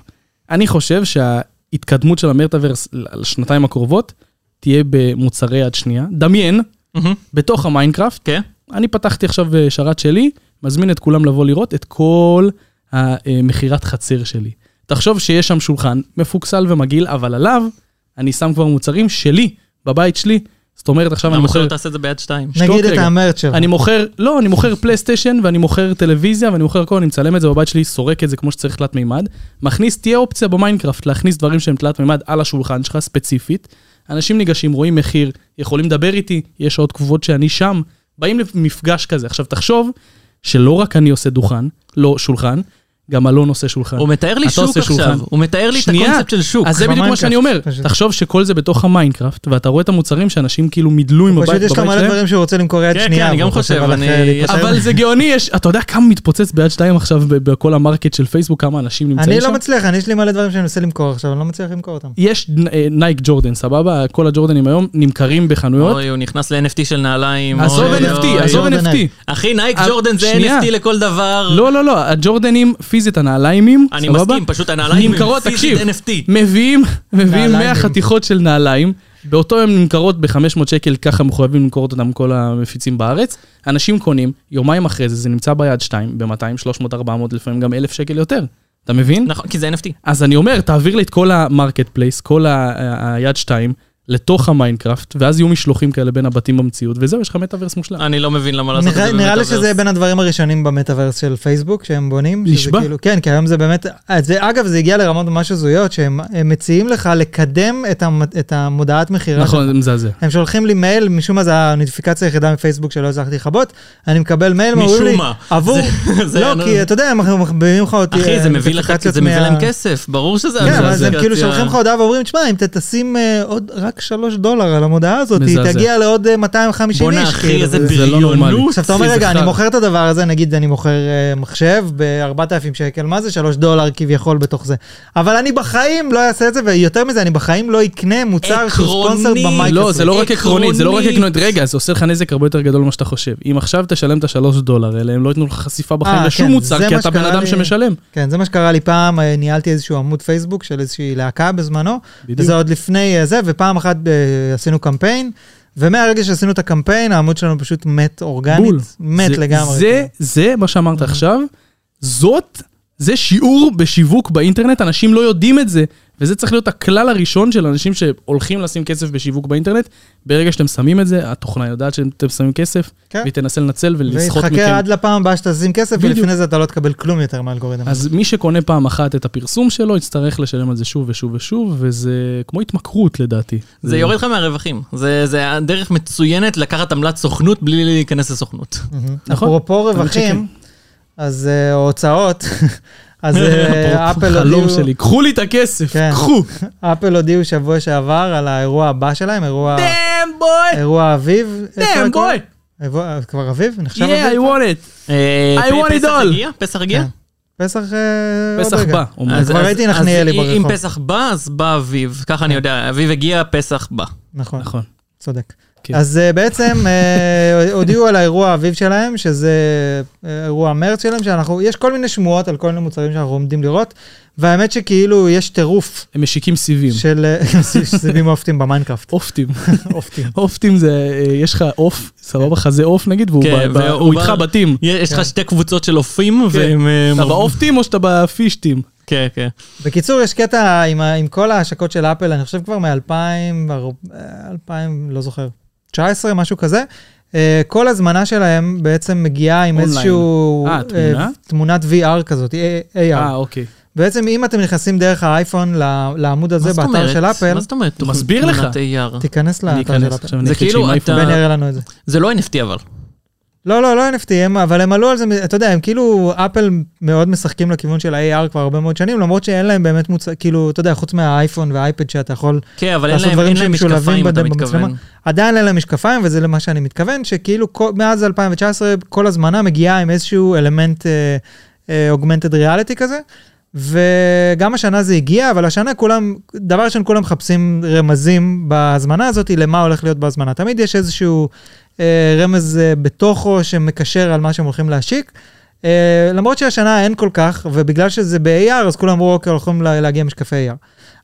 אני חושב שההתקדמות של המטאוורס לשנתיים הקרובות תהיה במוצרי יד שנייה. דמיין, מהמם. בתוך המיינקראפט, כן. אני פתחתי עכשיו אה, שרת שלי, מזמין את כולם לבוא לראות את כל המכירת חצר שלי. תחשוב שיש שם שולחן מפוקסל ומגעיל, אבל עליו אני שם כבר מוצרים שלי, בבית שלי. זאת אומרת, עכשיו אני למה מוכר... שלא תעשה את זה ביד שתיים? שתוק נגיד את רגע. המרץ שלך. אני מוכר, לא, אני מוכר פלייסטיישן ואני מוכר טלוויזיה ואני מוכר הכל, אני מצלם את זה בבית שלי, סורק את זה כמו שצריך תלת מימד. מכניס, תהיה אופציה במיינקראפט להכניס דברים שהם תלת מימד על השולחן שלך ספציפית. אנשים ניגשים, רואים מחיר, יכולים לדבר איתי, יש שעות קבועות שאני שם, באים למפגש כזה. עכשיו תחשוב שלא רק אני עושה דוכן, לא שולחן, גם אלון עושה שולחן. הוא מתאר לי אתה שוק עושה עכשיו, שולחן. הוא מתאר לי את שנייה, הקונספט של שוק. אז זה בדיוק מה במיינקראפט, שאני אומר, פשוט. תחשוב שכל זה בתוך המיינקראפט, ואתה רואה את המוצרים שאנשים כאילו מידלו עם הבית בבית פשוט יש לו מלא שלהם. דברים שהוא רוצה למכור יד כן, שנייה. כן, אני גם והוא חושב, על אני- אחרי להיפטר. אבל זה גאוני, יש, אתה יודע כמה מתפוצץ ביד שתיים עכשיו ב- בכל המרקט של פייסבוק, כמה אנשים נמצאים אני שם? לא מצליח, אני יש לי מלא דברים שאני מנסה למכור עכשיו, אני לא מצליח למכור אותם. יש אה, נייק ג'ורדן, סבבה? כל הג'ורדנים היום נמכרים בחנויות. אוי, הוא נכנס ל-NFT של נעליים. עזוב אוי, אוי. NFT, עזוב ג'ורדן NFT. נייק. אחי, נייק אה, ג'ורדן זה שנייה. NFT לכל דבר. לא, לא, לא, הג'ורדנים פיזית הנעליימים, סבבה? אני מסכים, פשוט הנעליים נמכרות, הם פיזית תקשיב, NFT. מביאים, מביאים נעליים. 100 חתיכות של נעליים, באותו יום נמכרות ב-500 שקל, ככה מחויבים למכור אותם כל המפיצים בארץ. אנשים קונים, יומיים אחרי זה, זה נמצא ביד 2, ב-200, 300, 400, לפעמים גם 1,000 שקל יותר. אתה מבין? נכון, כי זה NFT. אז אני אומר, תעביר לי את כל המרקט פלייס, כל ה- ה- היד שתיים, לתוך המיינקראפט, ואז יהיו משלוחים כאלה בין הבתים במציאות, וזהו, יש לך מטאוורס מושלם. אני לא מבין למה לעשות את זה נראה- במטאוורס. נראה לי שזה בין הדברים הראשונים במטאוורס של פייסבוק שהם בונים. שזה נשבע. כאילו- כן, כי היום זה באמת, אה, זה- אגב, זה הגיע לרמות ממש הזויות, שהם הם מציעים לך לקדם את המ- את המודעת מכירה. נכון, זה מזעזע. הם שולחים לי מייל, משום מה זו הנוטיפיקציה היחידה מפייסבוק שלא הצלחתי לכבות, אני מקבל מייל, הם אומרים לי, משום מה. עבור, זה- זה לא, היה- כי אתה יודע, הם מחביאים לך אותי, אחי, זה אה, מביא לך, נוטיפיקציות זה מביא מה- להם כסף, ברור שזה... כן, אבל אז הם אדפטציה. כאילו שולחים לך הודעה ואומרים, תשמע, אם אתה תשים אה, עוד רק 3 דולר על המודעה הזאת, היא מזעזע. תגיע לעוד אה, 250 איש. בואנה, אחי, כאילו, איזה זה- זה לא נורמלי. בריונות. עכשיו אתה אומר, זה רגע, אני זכר. מוכר את הדבר הזה, נגיד אני מוכר אה, מחשב ב-4,000 שקל, מה זה 3 דולר כביכול בתוך זה? אבל אני בחיים לא אעשה את זה, ויותר מזה, אני בחיים לא אקנה מוצר שהוא עקרוני. לא, ספונסר זה במייקרוסופט. לא רק עקרונית, זה לא רק עקרונית. עקרונית. רגע, זה עושה לך נזק הרבה יותר גדול ממה שאתה חושב. אם עכשיו תשלם את השלוש דולר האלה, הם לא ייתנו לך חשיפה בחיים אה, לשום כן, מוצר, זה כי מה אתה בן שקרה אדם לי. שמשלם. כן, זה מה שקרה לי פעם, אה, ניהלתי איזשהו עמוד פייסבוק של איזושהי להקה בזמנו, בדיוק. וזה עוד לפני אה, זה, ופעם אחת אה, עשינו קמפיין, ומהרגע שעשינו את הקמפיין, העמוד שלנו פשוט מת אורגנית, בול. מת זה- לגמרי. כן. זה, זה מה שאמרת עכשיו, זאת, זה שיעור בשיווק באינטרנט, אנשים לא יודעים את זה, וזה צריך להיות הכלל הראשון של אנשים שהולכים לשים כסף בשיווק באינטרנט. ברגע שאתם שמים את זה, התוכנה יודעת שאתם שמים כסף, כן. והיא תנסה לנצל ולסחוט מכם. ויתחכה עד לא. לפעם הבאה שאתה תשים כסף, בדיוק. ולפני זה אתה לא תקבל כלום יותר מהאלגוריתם. אז מי שקונה פעם אחת את הפרסום שלו, יצטרך לשלם על זה שוב ושוב ושוב, וזה כמו התמכרות לדעתי. זה יורד לך מהרווחים. זה זה דרך מצוינת לקחת עמלת סוכנות בלי להיכנס לסוכנות. Mm. נכון. אפרופו האמת רווחים, אז אה, הוצאות, אז אה, אפל חלום הודיעו- שלי, קחו לי את הכסף, כן. קחו. אפל הודיעו שבוע שעבר על האירוע הבא שלהם, אירוע דאם בוי, אירוע אביב. איפה דאם הכל? בוי. אירוע- כבר אביב? נחשב Yeah, I אביב? want it. I אה, want it פסח all. הגיע? פסח הגיע? כן. פסח אה, עוד פסח רגע. בא. אומרים. אז- כבר אז- ראיתי אז נחמיאלי אם- ברחוב. כן. אם פסח בא, אז בא אביב. ככה אני יודע, אביב הגיע, פסח בא. נכון, נכון. צודק. כן. אז אה, בעצם אה, הודיעו על האירוע האביב שלהם, שזה אה, אירוע מרץ שלהם, שאנחנו, יש כל מיני שמועות על כל מיני מוצרים שאנחנו עומדים לראות, והאמת שכאילו יש טירוף הם משיקים סיבים. של אה, סיבים אופטים במיינקראפט. אופטים. אופטים. אופטים זה, אה, יש לך עוף, סבבה, חזה עוף נגיד, והוא כן, ב- ב- והוא הוא בא- איתך בתים. יש כן. לך שתי קבוצות של אופים, כן. והם... אה, אתה מור- באופטים או שאתה בפישטים? כן, כן. בקיצור, יש קטע עם, ה- עם כל ההשקות של אפל, אני חושב כבר מ-2000, 2000, לא זוכר. 19, משהו כזה. אה, כל הזמנה שלהם בעצם מגיעה עם אונליין. איזשהו... אה, אה, תמונה? תמונת VR כזאת, A- AR. אה, אוקיי. לא, בעצם אם אתם נכנסים דרך האייפון ל- לעמוד מה הזה זאת באתר אומרת? של אפל, מה זאת אומרת? תוכנית מסביר לך. תמונת AR. תיכנס אני לאתר של אכנס אפל. עכשיו, אני זה אקליט כאילו שעם אתה- אייפון. בן יראה לנו את זה. זה לא NFT אבל. לא, לא, לא NFT, הם, אבל הם עלו על זה, אתה יודע, הם כאילו, אפל מאוד משחקים לכיוון של ה-AR כבר הרבה מאוד שנים, למרות שאין להם באמת מוצ... כאילו, אתה יודע, חוץ מהאייפון והאייפד שאתה יכול כן, אבל אין לעשות להם- דברים אין להם שהם משולבים משקפיים, אתה בד- במצלמה. מתכוון. כן. עדיין אין להם משקפיים, וזה למה שאני מתכוון, שכאילו כל, מאז 2019 כל הזמנה מגיעה עם איזשהו אלמנט אה, אוגמנטד ריאליטי כזה, וגם השנה זה הגיע, אבל השנה כולם, דבר ראשון, כולם מחפשים רמזים בהזמנה הזאת, למה הולך להיות בהזמנה. תמיד יש איזשהו אה, רמז אה, בתוכו שמקשר על מה שהם הולכים להשיק. Uh, למרות שהשנה אין כל כך, ובגלל שזה ב-AR, אז כולם אמרו, אוקיי, הולכים לה- להגיע משקפי AR.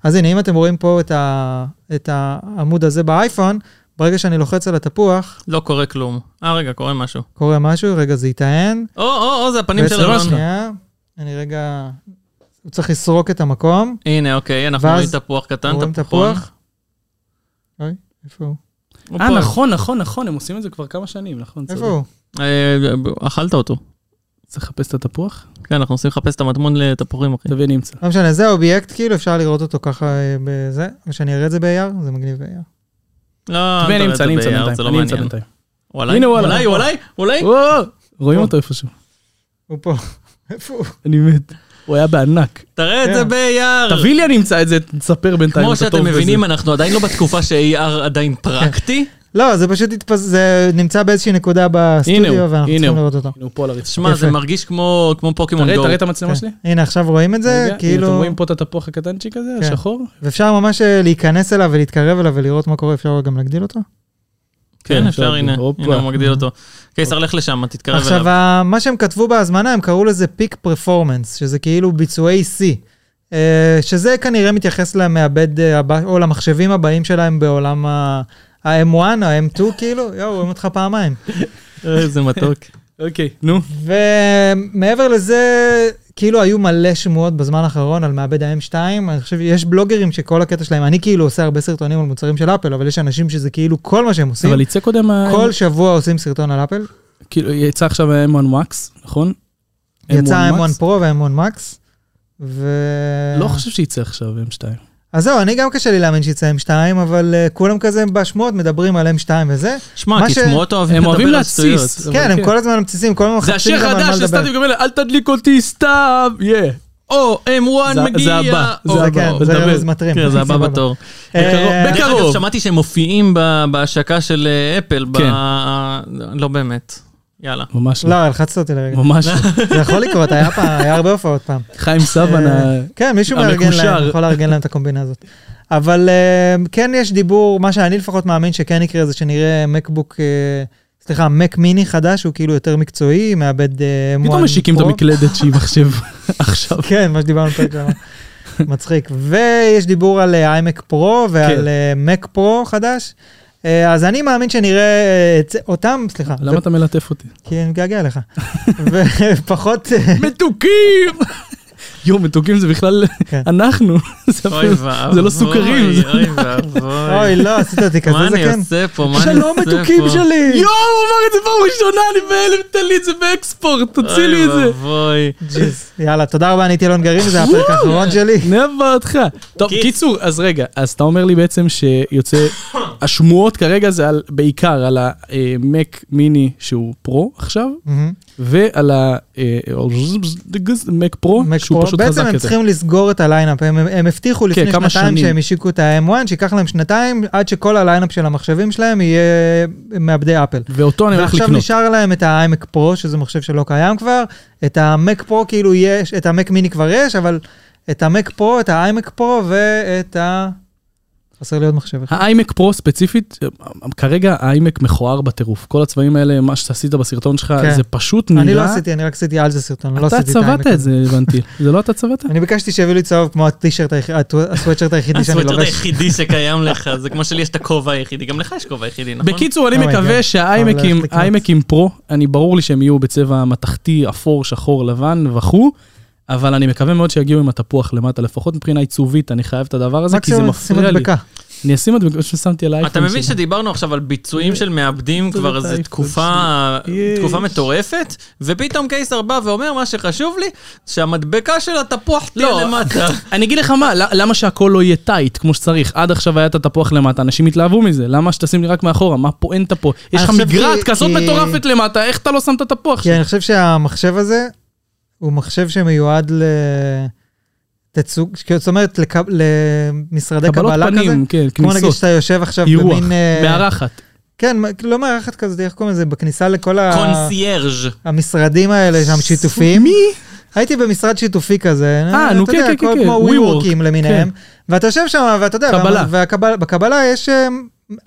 אז הנה, אם אתם רואים פה את, ה, את העמוד הזה באייפון, ברגע שאני לוחץ על התפוח, לא קורה כלום. אה, רגע, קורה משהו. קורה משהו, רגע, זה יטען. או, או, או, זה אה, הפנים של לא בעצם- אלון. שנייה, אני רגע... הוא צריך לסרוק את המקום. הנה, אוקיי, אנחנו ואז רואים תפוח קטן, רואים תפוחון. תפוח? אוי, איפה הוא? הוא אה, פה. נכון, נכון, נכון, הם עושים את זה כבר כמה שנים, נכון? איפה צודק. הוא? אה, אכלת אותו. צריך לחפש את התפוח? כן, אנחנו נוסעים לחפש את המטמון לתפוחים, אחי. תביא אני אמצא. לא משנה, זה האובייקט, כאילו, אפשר לראות אותו ככה אה, בזה. או שאני אראה את זה ב-AR, זה מגניב ב-AR. לא, אל תביא אני תראה את אמצא, אני זה אמצא ביער, זה בינתיים. לא אני אמצא מעניין. אה, בינתיים. הוא עליי? הנה, הוא הוא עליי. עליי, הוא עליי, הוא עליי. וואו, רואים אותו איפשהו. הוא פה. איפה הוא? אני מת. הוא היה בענק. תראה את כן. זה ביער. תביא לי אני אמצא את זה, תספר בינתיים. אה. כמו אתה טוב שאתם בזה. מבינים, אנחנו עדיין לא בתקופה ש-AR עדיין כן. פרקטי. לא, זה פשוט התפס... זה נמצא באיזושהי נקודה הנה הוא, בסטודיו, ואנחנו הנה צריכים הוא. לראות אותו. הנה, הוא פה על הרצפה. שמע, זה יפה. מרגיש כמו כמו פוקימון תראה, גו. תראה את המצלמה שלי. כן. הנה, עכשיו רואים את רגע, זה, הנה, כאילו... אתם רואים פה את התפוח הקטנצ'יק הזה, כן. השחור? ואפשר ממש אה, להיכנס אליו ולהתקרב אליו ולראות מה קורה, אפשר גם להגדיל אותו. כן, אפשר, הנה, הופה. הנה הוא מגדיל אותו. קיסר, לך לשם, תתקרב עכשיו, אליו. ה- מה שהם כתבו בהזמנה, הם קראו לזה פיק פרפורמנס, שזה כאילו ביצועי שיא. אה, שזה כנראה מתייחס למעבד אה, הבא, או למחשבים הבאים שלהם בעולם ה- ה-M1 או ה-M2, כאילו, יואו, רואים אותך פעמיים. איזה אה, מתוק. אוקיי, נו. ומעבר לזה, כאילו היו מלא שמועות בזמן האחרון על מעבד ה-M2, אני חושב, יש בלוגרים שכל הקטע שלהם, אני כאילו עושה הרבה סרטונים על מוצרים של אפל, אבל יש אנשים שזה כאילו כל מה שהם עושים. אבל יצא קודם, ה- כל שבוע עושים סרטון על אפל. כאילו, יצא עכשיו ה-M1 Max, נכון? יצא M1 Max? M1 Pro ו-M1 Max. ו... לא חושב שיצא עכשיו M2. אז זהו, אני גם קשה לי להאמין שיצא M2, אבל אה, כולם כזה בשמועות מדברים על M2 וזה. שמע, מה כי ש- שמועות אוהבים הם לדבר אוהבים על שטויות. להתסיס. אבל כן, כן. הם כל הזמן מציצים, כל הזמן זה מחפשים השיר גם על מה חדש לדבר. שסתם גמל, אל תדליק אותי סתם, יא. או, M1 זה- מגיע. זה הבא, או, זה זה הבא, כן, או, זה דבר. רמז מטרים. אוקיי, כן, זה הבא סבבה. בתור. אה, בקרוב. דרך אגב, שמעתי שהם מופיעים ב- בהשקה של אה, אפל. ב- כן. לא באמת. יאללה. ממש לא. לא, הלחצת אותי לרגע. ממש לא. זה יכול לקרות, היה פעם- היה הרבה הופעות פעם. חיים סבן, ה- כן, מישהו מארגן אה, המקושר. להם, יכול לארגן להם את הקומבינה הזאת. אבל אה, כן יש דיבור, מה שאני לפחות מאמין שכן יקרה זה שנראה מקבוק, אה, סליחה, מק מיני חדש, הוא כאילו יותר מקצועי, מאבד אה, M1 פתאום משיקים את Pro. המקלדת שהיא מחשב עכשיו. כן, מה שדיברנו פרק שעבר. מצחיק. ויש דיבור על אה, iMac Pro כן. ועל אה, Mac Pro חדש. אה, אז אני מאמין שנראה אה, את זה- אותם, סליחה, למה זה- אתה מלטף אותי? כי אני מגעגע אליך. ופחות, אה, מתוקים! יואו, מתוקים זה בכלל כן. אנחנו. זה אוי אפילו- ואבוי. זה לא סוכרים. זה- אוי ואבוי. אוי, לא, עשית אותי מה כזה אני כן. זקן. עושה פה? מה אני עושה פה? שלום מתוקים שלי. יואו, הוא אמר את זה פעם ראשונה, אני בהלם, תן לי את זה באקספורט, תוציא לי את אוי זה. ואבוי. ג'יז. יאללה, תודה רבה, אני הייתי אלון גרעין, זה הפרק האחרון שלי. נבע אותך. טוב, קיצ. קיצור, אז רגע, אז אתה אומר לי בעצם שיוצא, השמועות כרגע זה על, בעיקר על המק מיני שהוא פרו עכשיו, מהמם. ועל המק פרו, Mac שהוא Pro. פשוט חזק בעצם הם יותר. כן, צריכים לסגור את הליינאפ, הם- הם הבטיחו לפני כמה שנתיים שנים. שהם השיקו את ה-M1, שייקח להם שנתיים עד שכל הליינאפ של המחשבים שלהם יהיה מעבדי אפל. ואותו אני הולך ועכשיו לקנות. נשאר להם את ה-iMac Pro, שזה מחשב שלא קיים כבר, את ה-Mac Pro כאילו יש, את ה-Mac מיני כבר יש, אבל את ה-Mac Pro, את ה-iMac Pro ואת ה... חסר לי עוד מחשב אחד. האיימק פרו ספציפית, כרגע האיימק מכוער בטירוף. כל הצבעים האלה, מה שעשית בסרטון שלך, כן. זה פשוט נראה... אני לא עשיתי, אני רק עשיתי על זה סרטון, לא אתה עשיתי את צבעת ה-iMac. את זה, הבנתי. זה לא אתה צבעת? אני ביקשתי שיביאו לי צהוב כמו הטישרט, היח- הטו- הסוואטשרט היחידי שאני הסוואטר לובש. היחידי שקיים לך, זה כמו שלי יש את הכובע היחידי, גם לך יש כובע יחידי, נכון? בקיצור, אני Oh my מקווה God. אבל שהאיימקים הולך לקנות. האיימקים פרו, אני ברור לי שהם יהיו בצבע מתכתי, אפור, שחור, לבן וכו', אבל אני מקווה מאוד שיגיעו עם התפוח למטה, לפחות מבחינה עיצובית, אני חייב את הדבר הזה, כי זה מקסימום שים מפריע לי. מדבקה. אני אשים את זה בגלל ששמתי על האייפון אתה מבין שלי. שדיברנו עכשיו על אה, ביצועים של מעבדים לא זה כבר איזה בטייפון תקופה, שלי. תקופה יש. מטורפת, ופתאום קייסר בא ואומר, מה שחשוב לי, שהמדבקה של התפוח לא. תהיה למטה. אני אגיד לך מה, ל- למה שהכל לא יהיה טייט כמו שצריך? עד עכשיו היה את התפוח למטה, אנשים התלהבו מזה, למה שתשים לי רק מאחורה? מה פואנטה פה? יש לך אני חושב מגרעת כי- כן, כזאת כי- מטורפת למטה, איך אתה לא שם את התפוח? כי אני חושב שהמחשב הזה הוא מחשב שמיועד ל... תצוג, כאילו, זאת אומרת, לקב, למשרדי קבלות קבלה כזה. פנים, כן, כמו נגיד כניסות, שאתה יושב עכשיו אירוח, במין... אה, מארחת. כן, מ- לא מארחת כזאת, איך קוראים לזה? בכניסה לכל ה... קונסיירג'. המשרדים האלה שם שיתופיים. מי? הייתי במשרד שיתופי כזה, אה, נו, אתה כן, יודע, כן, כל- כן, כן, כמו WeWork, WeWorkים למיניהם, ואתה יושב שם ואתה יודע, קבלה. וה- והקבל- בקבלה יש אה,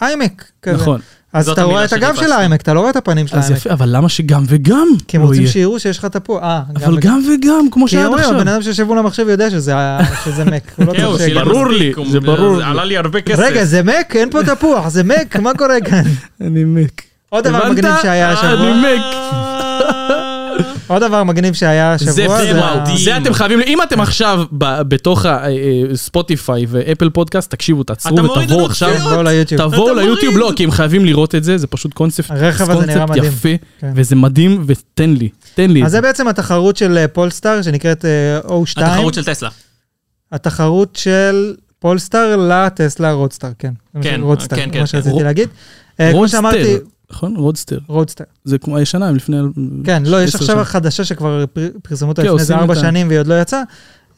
איימק כזה, נכון. אז זאת אתה רואה המילה את הגב שחיפשתי. של האיימק, אתה לא רואה את הפנים של אז האיימק, יפה, אבל למה שגם וגם כי הם לא רוצים יהיה? שיראו שיש לך תפוח, אה, אבל גם וגם, כמו כי שהיה עד אומרים, עכשיו. הבן אדם שיושב מול המחשב יודע שזה ה- שזה מק, הוא לא כן, הוא צריך שילם שיגיד. ברור מספיק, לי, הוא- זה ברור לי. עלה לי הרבה כסף. רגע, זה מק? אין פה תפוח, זה מק, מה קורה כאן? אני מק. עוד דבר הבנת? מגניב שהיה אה. השבוע, אני מק. עוד דבר מגניב שהיה השבוע, זה זה וואו, ה- מדהים. זה אתם חייבים, אם אתם עכשיו ב- בתוך הספוטיפיי ואפל פודקאסט, תקשיבו, אתה תעצרו מוריד ותבואו לנו עכשיו. צפיות? בואו לא ליוטיוב. תבואו אתה ליוטיוב, מוריד. לא, כי הם חייבים לראות את זה, זה פשוט קונספט הרכב הזה נראה קונספט מדהים. יפה, כן. וזה מדהים, ותן לי, תן לי. את אז זה. זה בעצם התחרות של אה, פולסטאר שנקראת אה, O2. התחרות של טסלה. התחרות של פולסטאר לטסלה רודסטאר, כן. זה מה כן, ש- רודסטאר, כן, כן, כן. מה שרציתי רוד- להגיד. אה, כמו רודסטר, שאמרתי, נכון? רודסטר. רודסטאר. זה כמו הישנה, הם לפני... כן, לא, יש עשר עכשיו שנים. חדשה שכבר פר- פרסמו אותה כן, לפני איזה עושים ארבע את ה- שנים והיא עוד לא יצאה.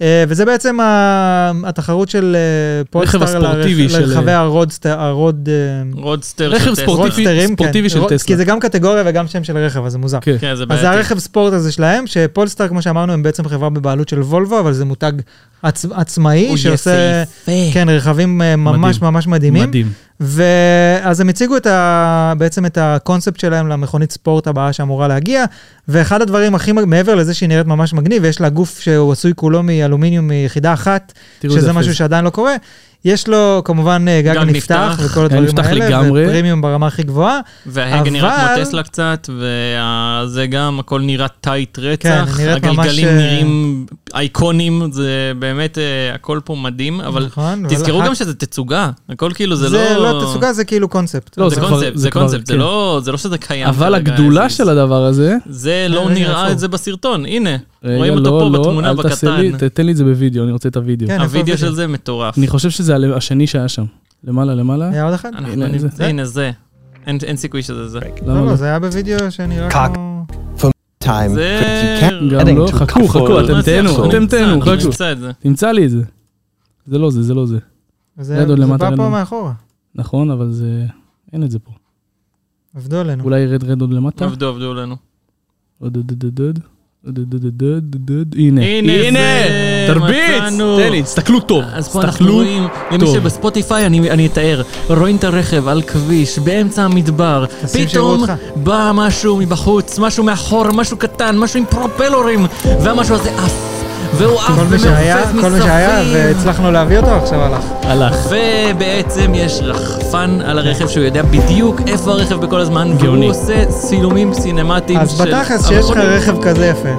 אה, וזה בעצם ה- התחרות של אה, פולסטאר הספורטיבי לרכ- של- אה, לרכבי הרודסטאר, הרוד... אה, רודסטר של רכב טסלה. ספורטיבי. רודסטרים, כן. ספורטיבי של רוד- טסלה. כי זה גם קטגוריה וגם שם של רכב, אז זה מוזר. כן. כן, זה אז בעייתי. זה הרכב ספורט הזה שלהם, שפולסטאר, כמו שאמרנו, הם בעצם חברה בבעלות של וולבו, אבל זה מותג עצ... עצמאי, הוא שעושה... יפהפה. כן, רכבים אה, ממש מדהים. ממש מדהימים. מדהים. ואז הם הציגו את ה... בעצם את הקונספט שלהם למכונית ספורט הבאה שאמורה להגיע, ואחד הדברים הכי, מג- מעבר לזה שהיא נראית ממש מגניב, ויש לה גוף שהוא עשוי כולו מאלומיניום מיחידה אחת, תראו איזה שזה יפה משהו זה. שעדיין לא קורה, יש לו כמובן אה, גג גג נפתח נפתח, וכל גג הדברים נפתח האלה, לגמרי. ופרימיום ברמה הכי גבוהה. וההגה נראה אבל- כמו טסלה קצת, וזה גם, הכל נראה טייט כן, רצח, נראית ממש, הגלגלים אה, נראים אייקונים, זה באמת, אה, הכל פה מדהים, אבל נכון, אבל תזכרו אחת- גם שזה תצוגה, הכל כאילו, זה לא... זה לא תצוגה, זה כאילו קונספט. לא, זה זה כבר- קונספט, זה זה כבר- קונספט, זה כן. לא זה לא שזה קיים. אבל כרגע, הגדולה אז- של הדבר הזה... זה רגע, לא נראה אה, איפה? כן, את זה בסרטון, הנה, רגע, רואים אותו לא, פה לא, בתמונה אל תעשה לי, בקטן. ת- תן לי את זה בווידאו, אני רוצה את הווידאו. כן, איפה הווידאו הווידאו? של זה מטורף. אני חושב שזה ה- השני שהיה שם. למעלה, למעלה. היה עוד אחד? אנחנו הנה, נמצא- זה. הנה זה, אין אין סיכוי שזה זה. למה לא, לא? לא, זה היה בווידאו לא- שנראה קק. כמו... time. זה- You can't אה, גם לא? to חכו, חכו, conform אתם לא, זה תהנו, אנחנו אתם נמצא, תהנו, אנחנו חכו. נמצא את זה. תמצא לי את זה. זה לא זה, זה לא זה. זה יד עוד זה למטה בא פה לנו. מאחורה, נכון, אבל זה... אין את זה פה. עבדו עלינו. אולי ירד רד עוד למטה? עבדו, עבדו לנו. עוד עוד עוד עוד עוד. עוד עוד עוד עוד עוד עוד עוד. הנה. הנה זה, תרביץ! מצאנו. תן לי, תסתכלו טוב. אז פה אנחנו תסתכלו רואים, למי טוב. שבספוטיפיי, אני, אני אתאר, רואים את הרכב על כביש, באמצע המדבר, תשים שיראו פתאום אותך. בא משהו מבחוץ, משהו מאחורה, משהו קטן, משהו עם פרופלורים, והמשהו הזה עף, והוא עף כל מי ומעופף שהיה, מסביב. כל מי שהיה, והצלחנו להביא אותו, עכשיו הלך. הלך. ובעצם יש רחפן על הרכב שהוא יודע בדיוק איפה הרכב בכל הזמן, גאוני. והוא עושה צילומים סינמטיים אז של... בתכלס, שיש לך המכונית. רכב כזה יפה,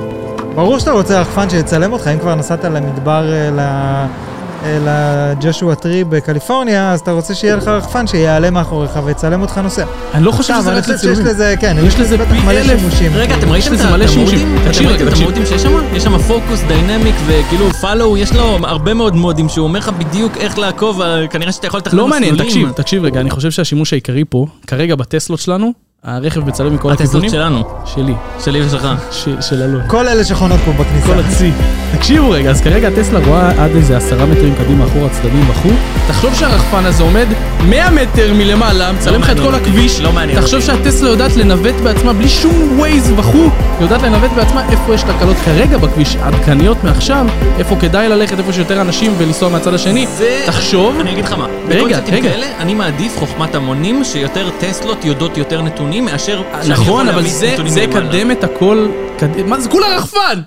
ברור שאתה רוצה רחפן שיצלם אותך, אם כבר נסעת למדבר, אה, ל- אה, לג'ושוע טרי בקליפורניה, אז אתה רוצה שיהיה לך רחפן שיעלה מאחוריך ויצלם אותך נוסע. אני לא חושב עכשיו, שזה אני רק חושב שיש לצילומים. לזה, כן, יש לזה בטח פי מלא אלף. שימושים. רגע, אתם ראיתם את לזה מלא שימושים. המודים? תקשיב אתם רגע, ראיתם את תקשיב. המודים שיש שם? יש שם פוקוס, דיינמיק וכאילו פאלו, יש לו הרבה מאוד מודים שהוא אומר לך בדיוק איך לעקוב, אבל כנראה שאתה יכול לתכנן לא מעניין, מסלולים. תקשיב, תקשיב רגע, אני חושב שהשימוש העיקרי פה, כרגע בטסלות שלנו, הרכב מצלם מכל הטסלות הכיוונים. שלנו, שלי. שלי ושלך. ש- של אלון. כל אלה שחונות פה כל בכניסה. הצי. תקשיבו רגע, אז כרגע הטסלה רואה עד איזה עשרה מטרים קדימה, אחורה, צדדים, בחור. תחשוב שהרחפן הזה עומד 100 מטר מלמעלה, מצלם לך את מעניין כל אותי, הכביש. לא מעניין תחשוב שהטסלה יודעת לנווט בעצמה בלי שום ווייז בחור. יודעת לנווט בעצמה איפה יש תקלות כרגע בכביש, עדכניות מעכשיו, איפה כדאי ללכת, איפה שיותר אנשים ולנסוע מהצד השני. זה- תחשוב. אני אגיד לך מה, רגע, בקונספטים רגע. כאלה, אני מעדיף חוכמת המונים שיותר טסלות יודעות יותר נתונים מאשר... שאני יכול נכון, אבל להמיס זה נתונים זה מלמעלה. יקדם את הכל. קד- מה זה כולה רחפן!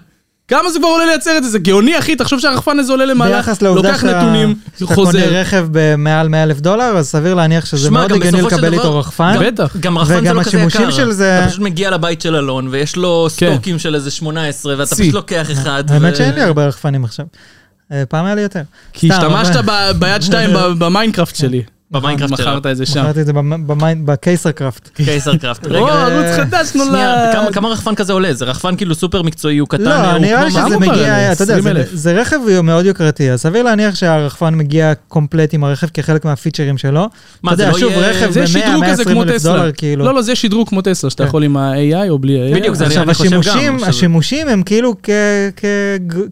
כמה זה כבר עולה לייצר את זה? זה גאוני אחי, תחשוב שהרחפן הזה עולה למעלה, ביחס לעובדה לוקח שאתה נתונים, שאתה קונה חוזר. רכב במעל 100 אלף דולר, אז סביר להניח שזה שמע, מאוד גם הגיוני בסופו של לקבל דבר- איתו רחפן. גם- בטח. גם רחפן זה וגם לא כזה השימושים יקר. של זה- אתה פשוט מגיע לבית של אלון, ויש לו כן. סטוקים של איזה 18, ואתה צי. פשוט לוקח אחד. האמת ו- שאין לי הרבה רחפנים עכשיו. אה, פעם היה לי יותר. כי סתם, השתמשת אבל- ב- ביד שתיים ב- במיינקראפט שלי. במיינקראפט שלו. מכרת את זה שם. מכרתי את זה במ- במיינ- בקייסרקראפט. קייסר קראפט. או, רגע, ערוץ אה, חדש לא. שנייה, כמה- נולד. כמה רחפן כזה עולה? זה רחפן כאילו סופר מקצועי, הוא קטן, לא, הוא נראה לי כמו שזה מערוב עלינו, מגיע, אתה יודע, 20,000. זה- זה רכב מאוד יוקרתי, אז סביר להניח שהרחפן מגיע קומפלט עם הרכב כחלק מהפיצ'רים שלו. מה, אתה יודע, זה לא שוב, יהיה- רכב זה שדרוג כזה כמו ב-100-120 אלף טסלה. דולר, כאילו. לא, לא, זה שדרוג כמו טסלה, שאתה כן. יכול עם ה-AI או בלי ה-AI. בדיוק, זה אני- עכשיו אני חושב גם, השימושים, עכשיו- השימושים הם כאילו כ- כ-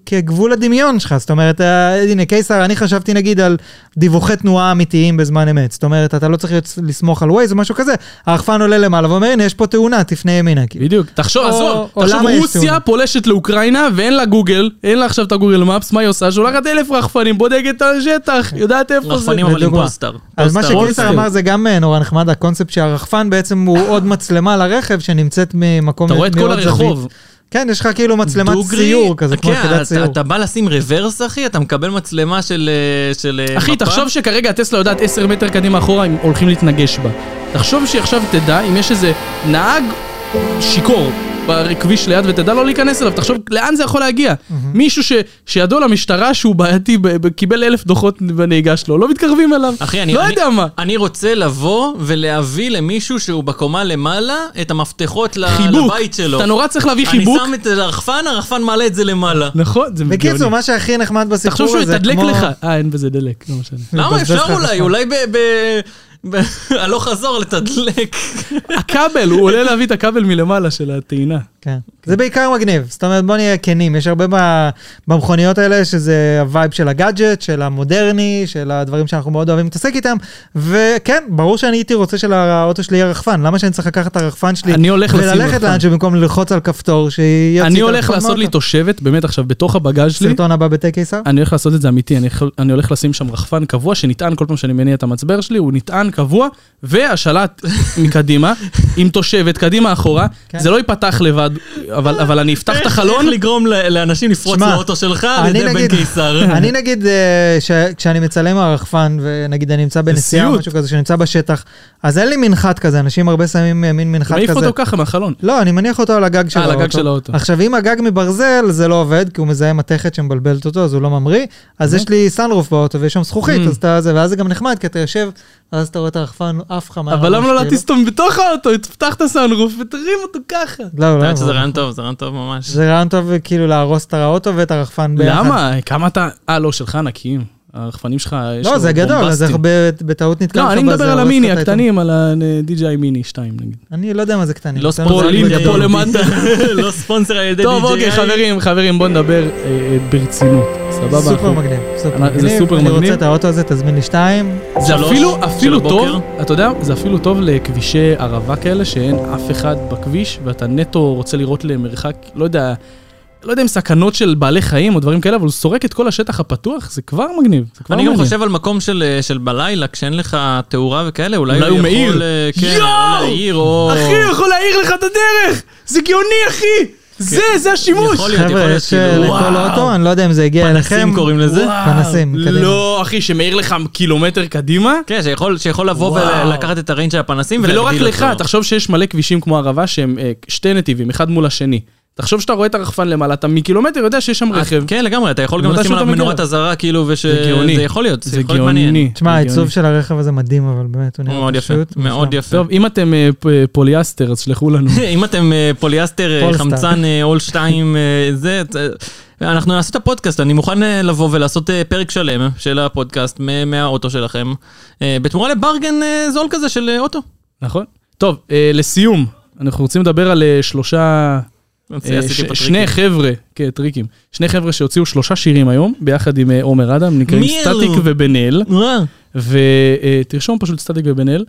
כגבול הדמיון שלך, זאת אומרת, אה, הנה קיסר, אני חשבתי נגיד על דיווחי תנועה אמיתיים בזמן אמת, זאת אומרת, אתה לא צריך להיות- לסמוך על ווייז או משהו כזה, הרחפן עולה למעלה ואומר, הנה יש פה תאונה, תפנה ימינה, כאילו. בדיוק. תחשוב, או- עזוב, או תחשוב, למה יש רוסיה תאונה? פולשת לאוקראינה ואין לה גוגל, אין לה עכשיו את הגוגל מפס, מה היא עושה? שולחת אלף רחפנים, בודקת את השטח, יודעת איפה זה. רחפנים אבל עם לדוגמה. פוסטר. אז מה פוסטר. שקיסר אמר זה גם אה, נורא נחמד, הקונספט שהרחפן בעצם הוא עוד מצלמה לרכב שנמצאת ממקום אתה רואה את כל מאוד זווית. הרחוב. כן, יש לך כאילו מצלמת דוגרי, סיור כזה, כמו כן, יחידת אתה- סיור. אתה בא לשים רוורס, אחי, אתה מקבל מצלמה של אה, של, אה, אחי, מפה. תחשוב שכרגע הטסלה יודעת 10 מטר קדימה אחורה אם הולכים להתנגש בה. תחשוב שעכשיו תדע אם יש איזה נהג שיכור בכביש ליד ותדע לא להיכנס אליו, תחשוב לאן זה יכול להגיע. מישהו ש- שידו למשטרה שהוא בעייתי, ב- ב- קיבל אלף דוחות בנהיגה שלו, לא מתקרבים אליו. אחי, אני, לא אני, יודע מה. אני רוצה לבוא ולהביא למישהו שהוא בקומה למעלה את המפתחות ל- חיבוק. לבית שלו. אתה נורא צריך להביא חיבוק. אני שם את הרחפן, הרחפן מעלה את זה למעלה. נכון, זה מגיוני. בקיצור, מה שהכי נחמד תחשוב בסיפור שהוא הזה, יתדלק כמו- לך. אה, אין בזה דלק, לא משנה. למה? מבזבז אפשר לך אולי, חשמל. אולי ב... ב- ב- הלוך חזור לתדלק. הכבל, הוא עולה להביא את הכבל מלמעלה של הטעינה. כן. זה בעיקר מגניב, זאת אומרת בוא נהיה כנים, יש הרבה ב- במכוניות האלה שזה הווייב של הגאדג'ט, של המודרני, של הדברים שאנחנו מאוד אוהבים להתעסק איתם, וכן, ברור שאני הייתי רוצה שלאוטו שלי יהיה רחפן, למה שאני צריך לקחת את הרחפן שלי אני הולך לשים וללכת רחפן. לאנשהו במקום ללחוץ על כפתור שיוציא אני הולך לעשות לי תושבת, באמת עכשיו, בתוך הבגאז' שלי, סרטון הבא בתי קיסר? אני הולך לעשות את זה אמיתי, אני, יכול- אני הולך לשים שם רחפן קבוע שנטען כל פעם שאני מניע את המצבר שלי, הוא נטען קבוע, והשלט מקדימה, עם תושבת, קדימה אחורה, כן. זה לא ייפתח לבד, אבל, אבל אני אפתח את החלון, איך לגרום ל- לאנשים לפרוץ שמע, לאוטו שלך על ידי בן קיסר. אני נגיד, אה, ש- כשאני מצלם מהרחפן, ונגיד אני נמצא בנסיעה או סיוט. משהו כזה, שנמצא בשטח, אז אין לי מנחת כזה, אנשים הרבה שמים אה, מין מנחת מעיף כזה. אותו ככה מהחלון. לא, אני מניח אותו על הגג של אה, על האוטו. הגג של האוטו. עכשיו, אם הגג מברזל, זה לא עובד, כי הוא מזהה מתכת שמבלבלת אותו, אז הוא לא ממריא. אז אוקיי. יש לי סאנרוף באוטו ויש שם Mm. זכוכית, אז אתה זה, ואז זה גם נחמד, כי אתה יושב, ואז אתה רואה את הרחפן עף לך מהראש. אבל למה לא כאילו. להטיס אותו מבתוך האוטו, תפתח את הסאונדרוף ותרים אותו ככה. לא, האמת לא. שזה אבל- רעיון טוב, זה רעיון טוב ממש. זה רעיון טוב כאילו להרוס את האוטו ואת הרחפן ביחד. למה? כמה אתה... אה, לא, שלך נקיים. הרחפנים שלך, יש לא, לו זה גדול, אז בומבסטים. הרבה בטעות נתקע לך לא, אני בזה, מדבר על הורס המיני, לך את הקטנים, על ה-DJI מיני 2 נגיד. העיתון. אני לא יודע מה זה קטנים. לא קטנים זה ספוילר, רק לינק בגדול. פה למטה. לא ספונסר על ידי DJI. טוב, אוקיי, חברים, חברים, בואו נדבר אה, אה, ברצינות. סבבה? סופר אנחנו- מגניב, סופר זה מגניב. סופר אני מגניב. רוצה את האוטו הזה, תזמין לי שתיים. זה שלוש אפילו, של אפילו הבוקר. טוב, אתה יודע, זה אפילו טוב לכבישי ערבה כאלה שאין אף אחד בכביש, ואתה נטו רוצה לראות למרחק, לא יודע, לא יודע אם סכנות של בעלי חיים או דברים כאלה, אבל הוא סורק את כל השטח הפתוח, זה כבר מגניב. זה כבר לא אני גם מעניין. חושב על מקום של אה, של בלילה, כשאין לך תאורה וכאלה, אולי אולי הוא יכול, מאיר. אה, כן, יואו! או להעיר, או... אחי, הוא יכול להאיר לך את הדרך! זה גאוני, אחי! זה, זה השימוש! כן. יכול להיות, יכול חבר'ה, להיות יש כאילו... אה, לכל וואו. אוטו, אני לא יודע אם זה הגיע אליכם. פנסים קוראים לזה? פנסים, קדימה. לא, אחי, שמאיר לך קילומטר קדימה? כן, שיכול, שיכול לבוא וואו. ולקחת את הריינג' של הפנסים ולא רק ולהגדיל אותו. לך, תחשוב שיש מלא כבישים כמו ערבה שהם אה, שתי נתיבים, אחד מול השני. תחשוב שאתה רואה את הרחפן למעלה, אתה מקילומטר יודע שיש שם רכב. כן, לגמרי, אתה יכול גם מתי לשים שאתה עליו מגיע. מנורת אזהרה, כאילו, וש... לא זה גאוני. זה יכול להיות, זה זה יכול להיות מעניין. גאוני. תשמע, זה העיצוב גאוני. של הרכב הזה מדהים, אבל באמת, הוא נראה מאוד יפה, פשוט מאוד מושלם. יפה. טוב, אם אתם אה, פ- פוליאסטר, אז שלחו לנו. אם אתם אה, פוליאסטר, אה, פולסטאר. חמצן, אה, אול שתיים, אה, זה... אה, אנחנו נעשה את הפודקאסט, אני מוכן אה, לבוא ולעשות אה, פרק שלם של הפודקאסט מ- מהאוטו שלכם, אה, בתמורה לברגן אה, זול כזה של אה, אוטו. נכון? טוב, אה, לסיום, אנחנו רוצים לדבר על אה, שלושה... אה, עשיתי ש- פה שני טריקים. חבר'ה, כן, טריקים. שני חבר'ה שהוציאו שלושה שירים היום, ביחד עם אה, עומר אדם, נקראים מי אלו? סטטיק ובן אל. אה, ותרשום פשוט סטטיק ובן אל.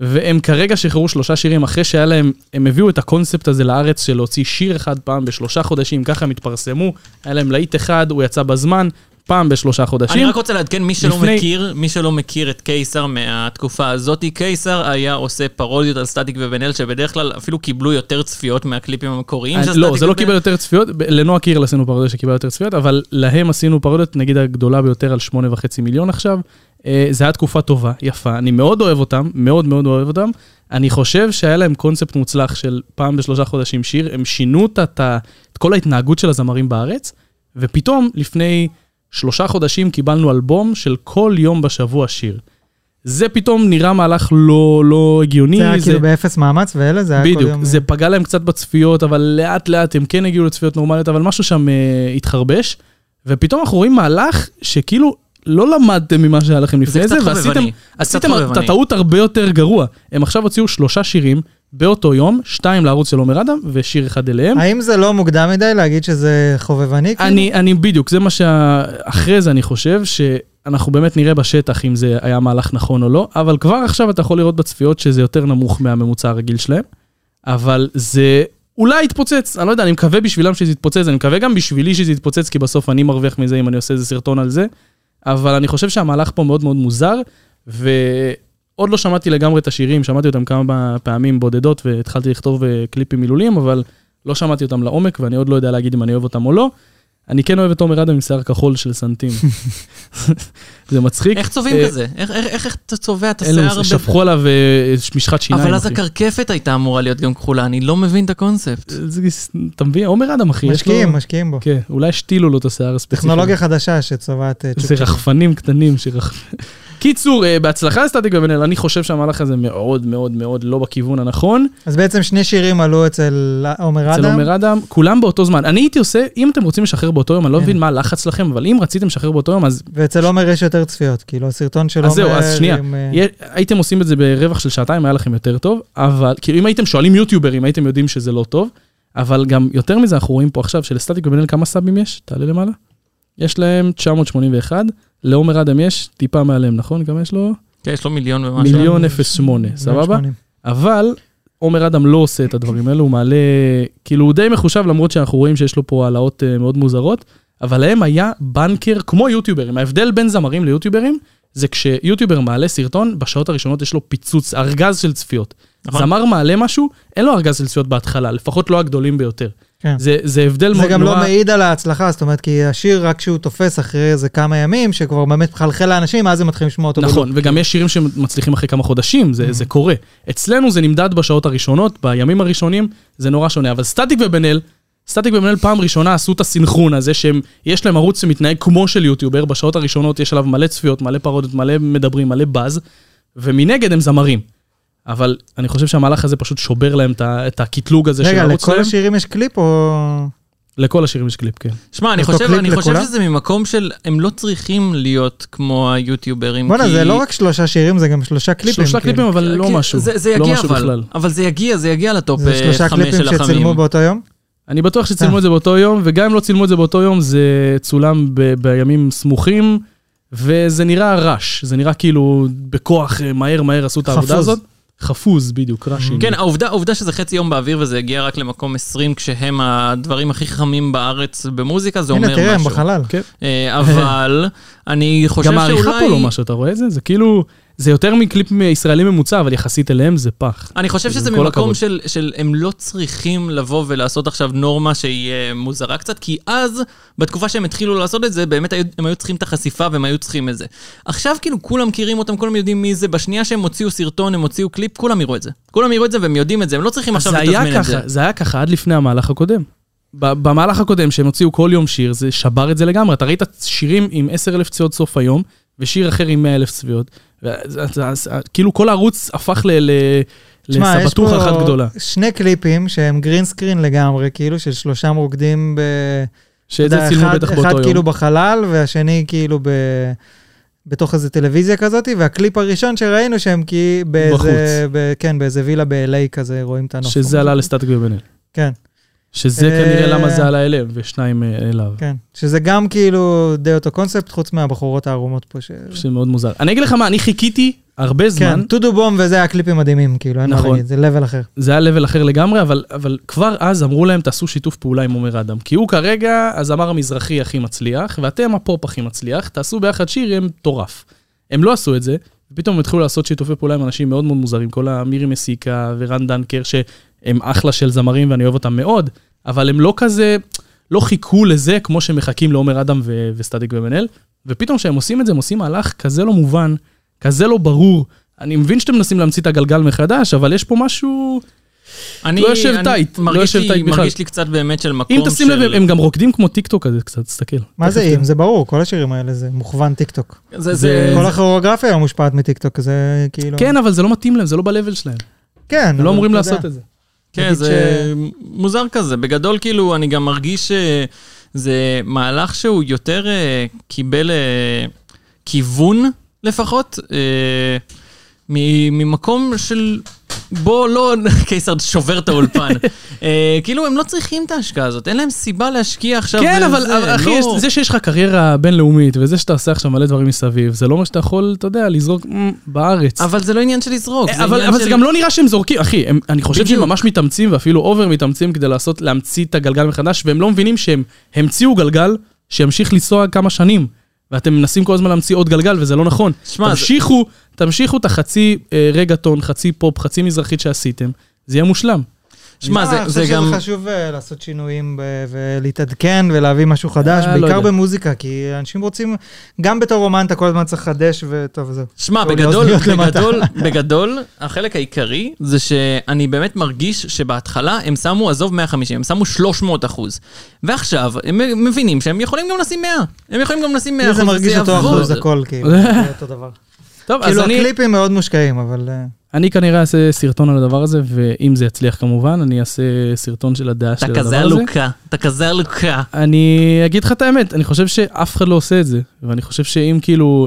והם כרגע שחררו שלושה שירים אחרי שהיה להם, הם הביאו את הקונספט הזה לארץ של להוציא שיר אחד פעם בשלושה חודשים, ככה הם התפרסמו, היה להם להיט אחד, הוא יצא בזמן, פעם בשלושה אני חודשים. רק רוצה לעדכן, מי שלא לפני- מכיר, מי שלא מכיר את קיסר מהתקופה הזאתי, קיסר היה עושה פרודיות על סטטיק ובן אל, שבדרך כלל אפילו קיבלו יותר צפיות מהקליפים המקוריים של אני- סטטיק לא, זה לא ובן אל. קיבל יותר צפיות, ב- לנועה קירל עשינו פרודיה שקיבלה יותר צפיות, אבל להם עשינו פרודיות, נגיד הגדולה ביותר על שמונה וחצי מיליון עכשיו. אה, זה היה תקופה טובה, יפה, אני מאוד אוהב אותם, מאוד מאוד אוהב אותם. אני חושב שהיה להם קונספט מוצלח של פעם בשלושה חודשים שיר, הם שינו את, את, ה- את כל ההתנהגות של הזמרים בארץ, ופתאום לפני שלושה חודשים קיבלנו אלבום של כל יום בשבוע שיר. זה פתאום נראה מהלך לא, לא הגיוני. זה היה כאילו באפס מאמץ ואלה, זה היה כל יום... בדיוק, זה פגע להם קצת בצפיות, אבל לאט לאט הם כן הגיעו לצפיות נורמליות, אבל משהו שם אה, התחרבש, ופתאום אנחנו רואים מהלך שכאילו לא למדתם ממה שהיה לכם לפני קצת זה, חובבני, ועשיתם קצת עשיתם את חובבני. הטעות הרבה יותר גרוע. הם עכשיו הוציאו שלושה שירים באותו יום, שתיים לערוץ של עומר אדם ושיר אחד אליהם. האם זה לא מוקדם מדי להגיד שזה חובבני? כאילו? אני, אני בדיוק, זה מה שה... אחרי זה אני חושב, שאנחנו באמת נראה בשטח אם זה היה מהלך נכון או לא, אבל כבר עכשיו אתה יכול לראות בצפיות שזה יותר נמוך מהממוצע הרגיל שלהם, אבל זה אולי יתפוצץ, אני לא יודע, אני מקווה בשבילם שזה יתפוצץ, אני מקווה גם בשבילי שזה יתפוצץ, כי בסוף אני מרוויח מזה אם אני עושה איזה סרטון על זה, אבל אני חושב שהמהלך פה מאוד מאוד מוזר, ועוד לא שמעתי לגמרי את השירים, שמעתי אותם כמה פעמים בודדות, והתחלתי לכתוב אה, קליפים מילוליים, אבל... לא שמעתי אותם לעומק, ואני עוד לא יודע להגיד אם אני אוהב אותם או לא. אני כן אוהב את עומר אדם עם שיער כחול של סנטים. זה מצחיק. איך צובעים אה, כזה? איך- איך איך אתה צובע את אין לו, השיער? ב- שפכו עליו אה, משחת שיניים. אבל אז אחי. הקרקפת הייתה אמורה להיות גם כחולה, אני לא מבין את הקונספט. זה- אתה מבין? עומר אדם, אחי. יש לו- משקיעים, משקיעים בו. כן, אולי השתילו לו את השיער הספציפי. טכנולוגיה חדשה שצובעת אה, זה צ'ופצ'יק. רחפנים קטנים שרח... קיצור, אה, בהצלחה סטטיק ובן-אל, אני חושב שהמהלך הזה מאוד מאוד מאוד לא בכיוון הנכון. אז בעצם שני שירים עלו אצל עומר אצל אדם. עומר אדם, כולם באותו זמן. אני הייתי עושה, אם אתם רוצים לשחרר באותו יום, אני לא כן. מבין מה הלחץ שלכם, אבל אם רציתם לשחרר באותו יום, אז ואצל עומר יש יותר צפיות, כאילו הסרטון של עומר... אז זהו, אז שנייה. עם, אה, יה- הייתם עושים את זה ברווח של שעתיים, היה לכם יותר טוב, אבל כאילו אם הייתם שואלים יוטיוברים, הייתם יודעים שזה לא טוב, אבל גם יותר מזה, אנחנו רואים פה עכשיו שלסטטיק ובן אל כמה סאבים יש? תעלה למעלה. יש להם 981, לעומר אדם יש טיפה מעליהם, נכון? גם יש לו כן, יש לו מיליון ומשהו. מיליון אפס שמונה, סבבה? 180. אבל עומר אדם לא עושה את הדברים האלו, הוא מעלה, כאילו הוא די מחושב למרות שאנחנו רואים שיש לו פה העלאות אה, מאוד מוזרות, אבל להם היה בנקר כמו יוטיוברים. ההבדל בין זמרים ליוטיוברים זה כשיוטיובר מעלה סרטון, בשעות הראשונות יש לו פיצוץ, ארגז של צפיות. נכון. זמר מעלה משהו, אין לו ארגז של צפיות בהתחלה, לפחות לא הגדולים ביותר. כן. זה, זה הבדל זה מאוד גם נורא. לא מעיד על ההצלחה, זאת אומרת, כי השיר רק כשהוא תופס אחרי איזה כמה ימים, שכבר באמת מחלחל לאנשים, אז הם מתחילים לשמוע אותו. נכון, לא. וגם יש שירים שמצליחים אחרי כמה חודשים, זה, Mm-hmm. זה קורה. אצלנו זה נמדד בשעות הראשונות, בימים הראשונים, זה נורא שונה. אבל סטטיק ובן אל, סטטיק ובן אל פעם ראשונה עשו את הסינכרון הזה, שהם, יש להם ערוץ שמתנהג כמו של יוטיובר, בשעות הראשונות יש עליו מלא צפיות, מלא פרודות, מלא מדברים, מלא באז, ומנגד הם זמרים. אבל אני חושב שהמהלך הזה פשוט שובר להם את ה- את הקטלוג הזה של רגע, הערוץ לכל שלהם. השירים יש קליפ או... לכל השירים יש קליפ, כן. שמע, אני אותו חושב קליפ אני חושב לכולם? שזה ממקום של, הם לא צריכים להיות כמו היוטיוברים. בואנה, כי- זה לא רק שלושה שירים, זה גם שלושה קליפים. שלושה כאילו. קליפים, אבל לא כי משהו. כן. זה זה לא יגיע משהו בכלל. אבל, אבל זה יגיע, זה יגיע לטופ זה אה, שלושה חמש קליפים של שצילמו החמים. באותו יום? אני בטוח שצילמו אה. את זה באותו יום, וגם אם לא צילמו את זה באותו יום, זה צולם ב- בימים סמוכים, וזה נראה רעש, זה נראה כאילו בכוח, אה, מהר מהר עשו את העבודה חפוז. הזאת. חפוז, בדיוק, רעשים. כן, העובדה, העובדה שזה חצי יום באוויר וזה יגיע רק למקום 20, כשהם הדברים הכי חמים בארץ במוזיקה, זה אומר הנה, משהו. תראה, הם בחלל. כן. אה, אבל אני חושב גם שאולי... העריכה פה לא משהו, אתה רואה את זה? זה כאילו, זה יותר מקליפ ישראלי ממוצע, אבל יחסית אליהם זה פח. אני חושב עם שזה כל ממקום הכבוד. של, של הם לא צריכים לבוא ולעשות עכשיו נורמה שהיא אה, מוזרה קצת, כי אז, בתקופה שהם התחילו לעשות את זה, באמת היו, הם היו צריכים את החשיפה והם היו צריכים את זה. עכשיו כאילו כולם מכירים אותם, כולם יודעים מי זה, בשנייה שהם הוציאו סרטון, הם הוציאו קליפ, כולם יראו את זה. כולם יראו את זה והם יודעים את זה, הם לא צריכים אז עכשיו זה היה לתזמן את ככה, זה. זה היה ככה עד לפני המהלך הקודם. ב- במהלך הקודם, שהם הוציאו כל יום שיר, זה שבר את זה לגמרי. אתה ראית שירים עם 10,000 צפיות סוף היום, ושיר אחר עם 100,000 צפיות. ואז- אז- אז- כאילו כל ערוץ הפך ל... ל- תשמע, יש לסבטוחה אחת גדולה. שני קליפים שהם גרינסקרין לגמרי, כאילו, של שלושה מוקדים ב... שאת אתה זה יודע, צילמו אחד- בטח באותו אחד יום. כאילו בחלל, והשני כאילו ב... בתוך איזה טלוויזיה כזאת, והקליפ הראשון שראינו שהם כי באיזה... ב... כן, באיזה וילה ב-LA כזה, רואים את הנוף. שזה עלה לסטטיק ובן אל. כן, שזה אה, כנראה למה זה עלה אליהם, ושניים אה, אליו. כן. שזה גם כאילו די אותו קונספט, חוץ מהבחורות הערומות פה ש... שזה מאוד מוזר. אני אגיד לך מה, אני חיכיתי הרבה זמן. כן, טודו בום וזה היה קליפים מדהימים, כאילו, אין מה נכון. להגיד, זה level אחר. זה היה לבל אחר לגמרי, אבל, אבל כבר אז אמרו להם, תעשו שיתוף פעולה עם עומר אדם. כי הוא כרגע הזמר המזרחי הכי מצליח, ואתם הפופ הכי מצליח, תעשו ביחד שיר, יהיה מטורף. הם לא עשו את זה, ופתאום הם התחילו לעשות שיתופי פעולה עם אנשים מאוד מאוד מוזרים, כל המירי מסיקה ורן דנקר, שהם אחלה של זמרים ואני אוהב אותם מאוד, אבל הם לא כזה, לא חיכו לזה כמו שמחכים לעומר אדם ו- וסטטיק ומנהל, ופתאום כשהם עושים את זה, הם עושים מהלך כזה לא מובן, כזה לא ברור. אני מבין שאתם מנסים להמציא את הגלגל מחדש, אבל יש פה משהו אני לא יושב אני טייט, לא מרגיש יושב לי- טייט בכלל. מרגיש לי קצת באמת של מקום אם תשים של... לב, הם גם רוקדים כמו טיקטוק כזה קצת, תסתכל. מה זה תכף אה, אם? זה ברור, כל השירים האלה זה מוכוון טיקטוק. זה, זה- זה, כל הכוריאוגרפיה היום מושפעת מטיקטוק, זה כאילו... תראה. כן, אבל זה לא מתאים להם, זה לא ב-level שלהם. כן. הם לא אבל אמורים אתה לעשות יודע. את זה. כן, נגיד זה מוזר כזה. בגדול, כאילו, אני גם מרגיש שזה מהלך שהוא יותר אה, קיבל אה, כיוון, לפחות, אה, מ- ממקום של... בוא לא, קיסר שובר את האולפן. אה, כאילו, הם לא צריכים את ההשקעה הזאת, אין להם סיבה להשקיע עכשיו. כן, אבל בזה, אבל, אחי, לא- יש- זה שיש לך קריירה בינלאומית, וזה שאתה עושה עכשיו מלא דברים מסביב, זה לא מה שאתה יכול, אתה יודע, לזרוק "מ, בארץ. אבל זה לא עניין של לזרוק. אה, אבל, עניין אבל של- זה גם לא נראה שהם זורקים, אחי, הם, אני חושב שהם בדיוק. ממש מתאמצים, ואפילו אובר מתאמצים כדי לעשות, להמציא את הגלגל מחדש, והם לא מבינים שהם המציאו גלגל שימשיך לנסוע כמה שנים, ואתם מנסים כל הזמן להמציא עוד גלגל, וזה לא נכון. שמע, זה- תמשיכו, תמשיכו את החצי אה, רגטון, חצי פופ, חצי מזרחית שעשיתם, זה יהיה מושלם. שמע, זה- אה, אני זה חושב גם... שזה חשוב אה, לעשות שינויים ב- ולהתעדכן ולהביא משהו חדש, אה, לא בעיקר יודע. במוזיקה, כי אנשים רוצים, גם בתור אומן אתה כל הזמן צריך לחדש, וטוב, זהו. שמע, טוב, בגדול, לאוזניות למטה. בגדול, בגדול, החלק העיקרי זה שאני באמת מרגיש שבהתחלה הם שמו, עזוב 150, הם שמו 300 אחוז. ועכשיו הם מבינים שהם יכולים גם לשים 100. הם יכולים גם לשים 100 לי אחוז, זה מרגיש אותו יעבוד. אחוז הכל, כאילו, זה אותו דבר. טוב, אז כאילו, אני, הקליפים מאוד מושקעים, אבל... אה, אני כנראה אעשה סרטון על הדבר הזה, ואם זה יצליח כמובן, אני אעשה סרטון של הדעה של אתה הדבר כזה הזה. עלוקה, אתה כזה עלוקה. אני אגיד לך את האמת, אני חושב שאף אחד לא עושה את זה, ואני חושב שאם כאילו,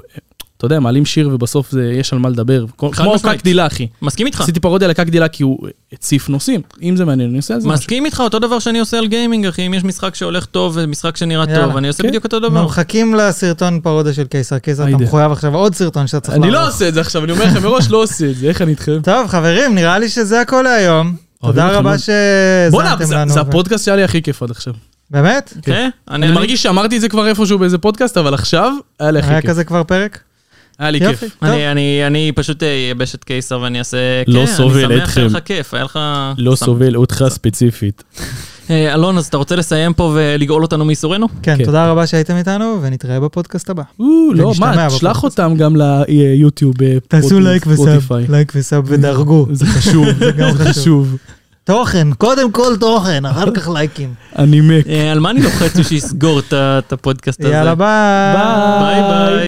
אתה יודע, מעלים שיר ובסוף זה, יש על מה לדבר, כמו חד כמו משמעית. קק דילה, אחי. אה. מסכים איתך. עשיתי פרודיה לקק דילה כי הוא הציף נושאים, אם זה מעניין, אני עושה את זה. משהו. מסכים איתך, אותו דבר שאני עושה על גיימינג, אחי. אם יש משחק שהולך טוב ומשחק שנראה יאללה, טוב, אני עושה כן. בדיוק אותו דבר. אנחנו מחכים לסרטון פרודה של קיסר. קיסר, אתה היידה. מחויב עכשיו עוד סרטון שאתה צריך אני לא עושה את זה עכשיו, אני אומר לכם מראש לא עושה את זה, איך אני איתכם? טוב, חברים, נראה לי שזה הכל להיום. אוהבים תודה אתכם רבה מאוד. בואנה, שהאזנתם זה- לנו. זה ו- הפודקאסט שהיה לי הכי כיף עד עכשיו. באמת? כן? אני אני אני- מרגיש שאמרתי את זה כבר איפשהו באיזה פודקאסט, אבל עכשיו היה לי היה הכי כיף. כזה כבר פרק? היה לי יופי. כיף. טוב. אני, אני, אני פשוט אייבש את קיסר ואני אעשה... לא כן, סובל אני שמח שהיה אתכם. לך כיף, היה לך... לא סתם. סובל אותך ספציפית. אה, אלון, אז אתה רוצה לסיים פה ולגאול אותנו מייסורנו? כן, כן. תודה רבה שהייתם איתנו, ונתראה בפודקאסט הבא. או, לא, ונשתמע מה, בפודקאסט. תשלח אותם גם ליוטיוב. אה, תעשו פרוט- לייק וסאב, ספוטיפיי. לייק וסאב ודרגו. זה חשוב, זה גם גם חשוב. תוכן, קודם כל תוכן, אחר כך לייקים. אני מת. אה, על מה אני לוחץ בשביל לסגור את ה- את הפודקאסט הזה? יאללה, ביי. ביי. ביי ביי.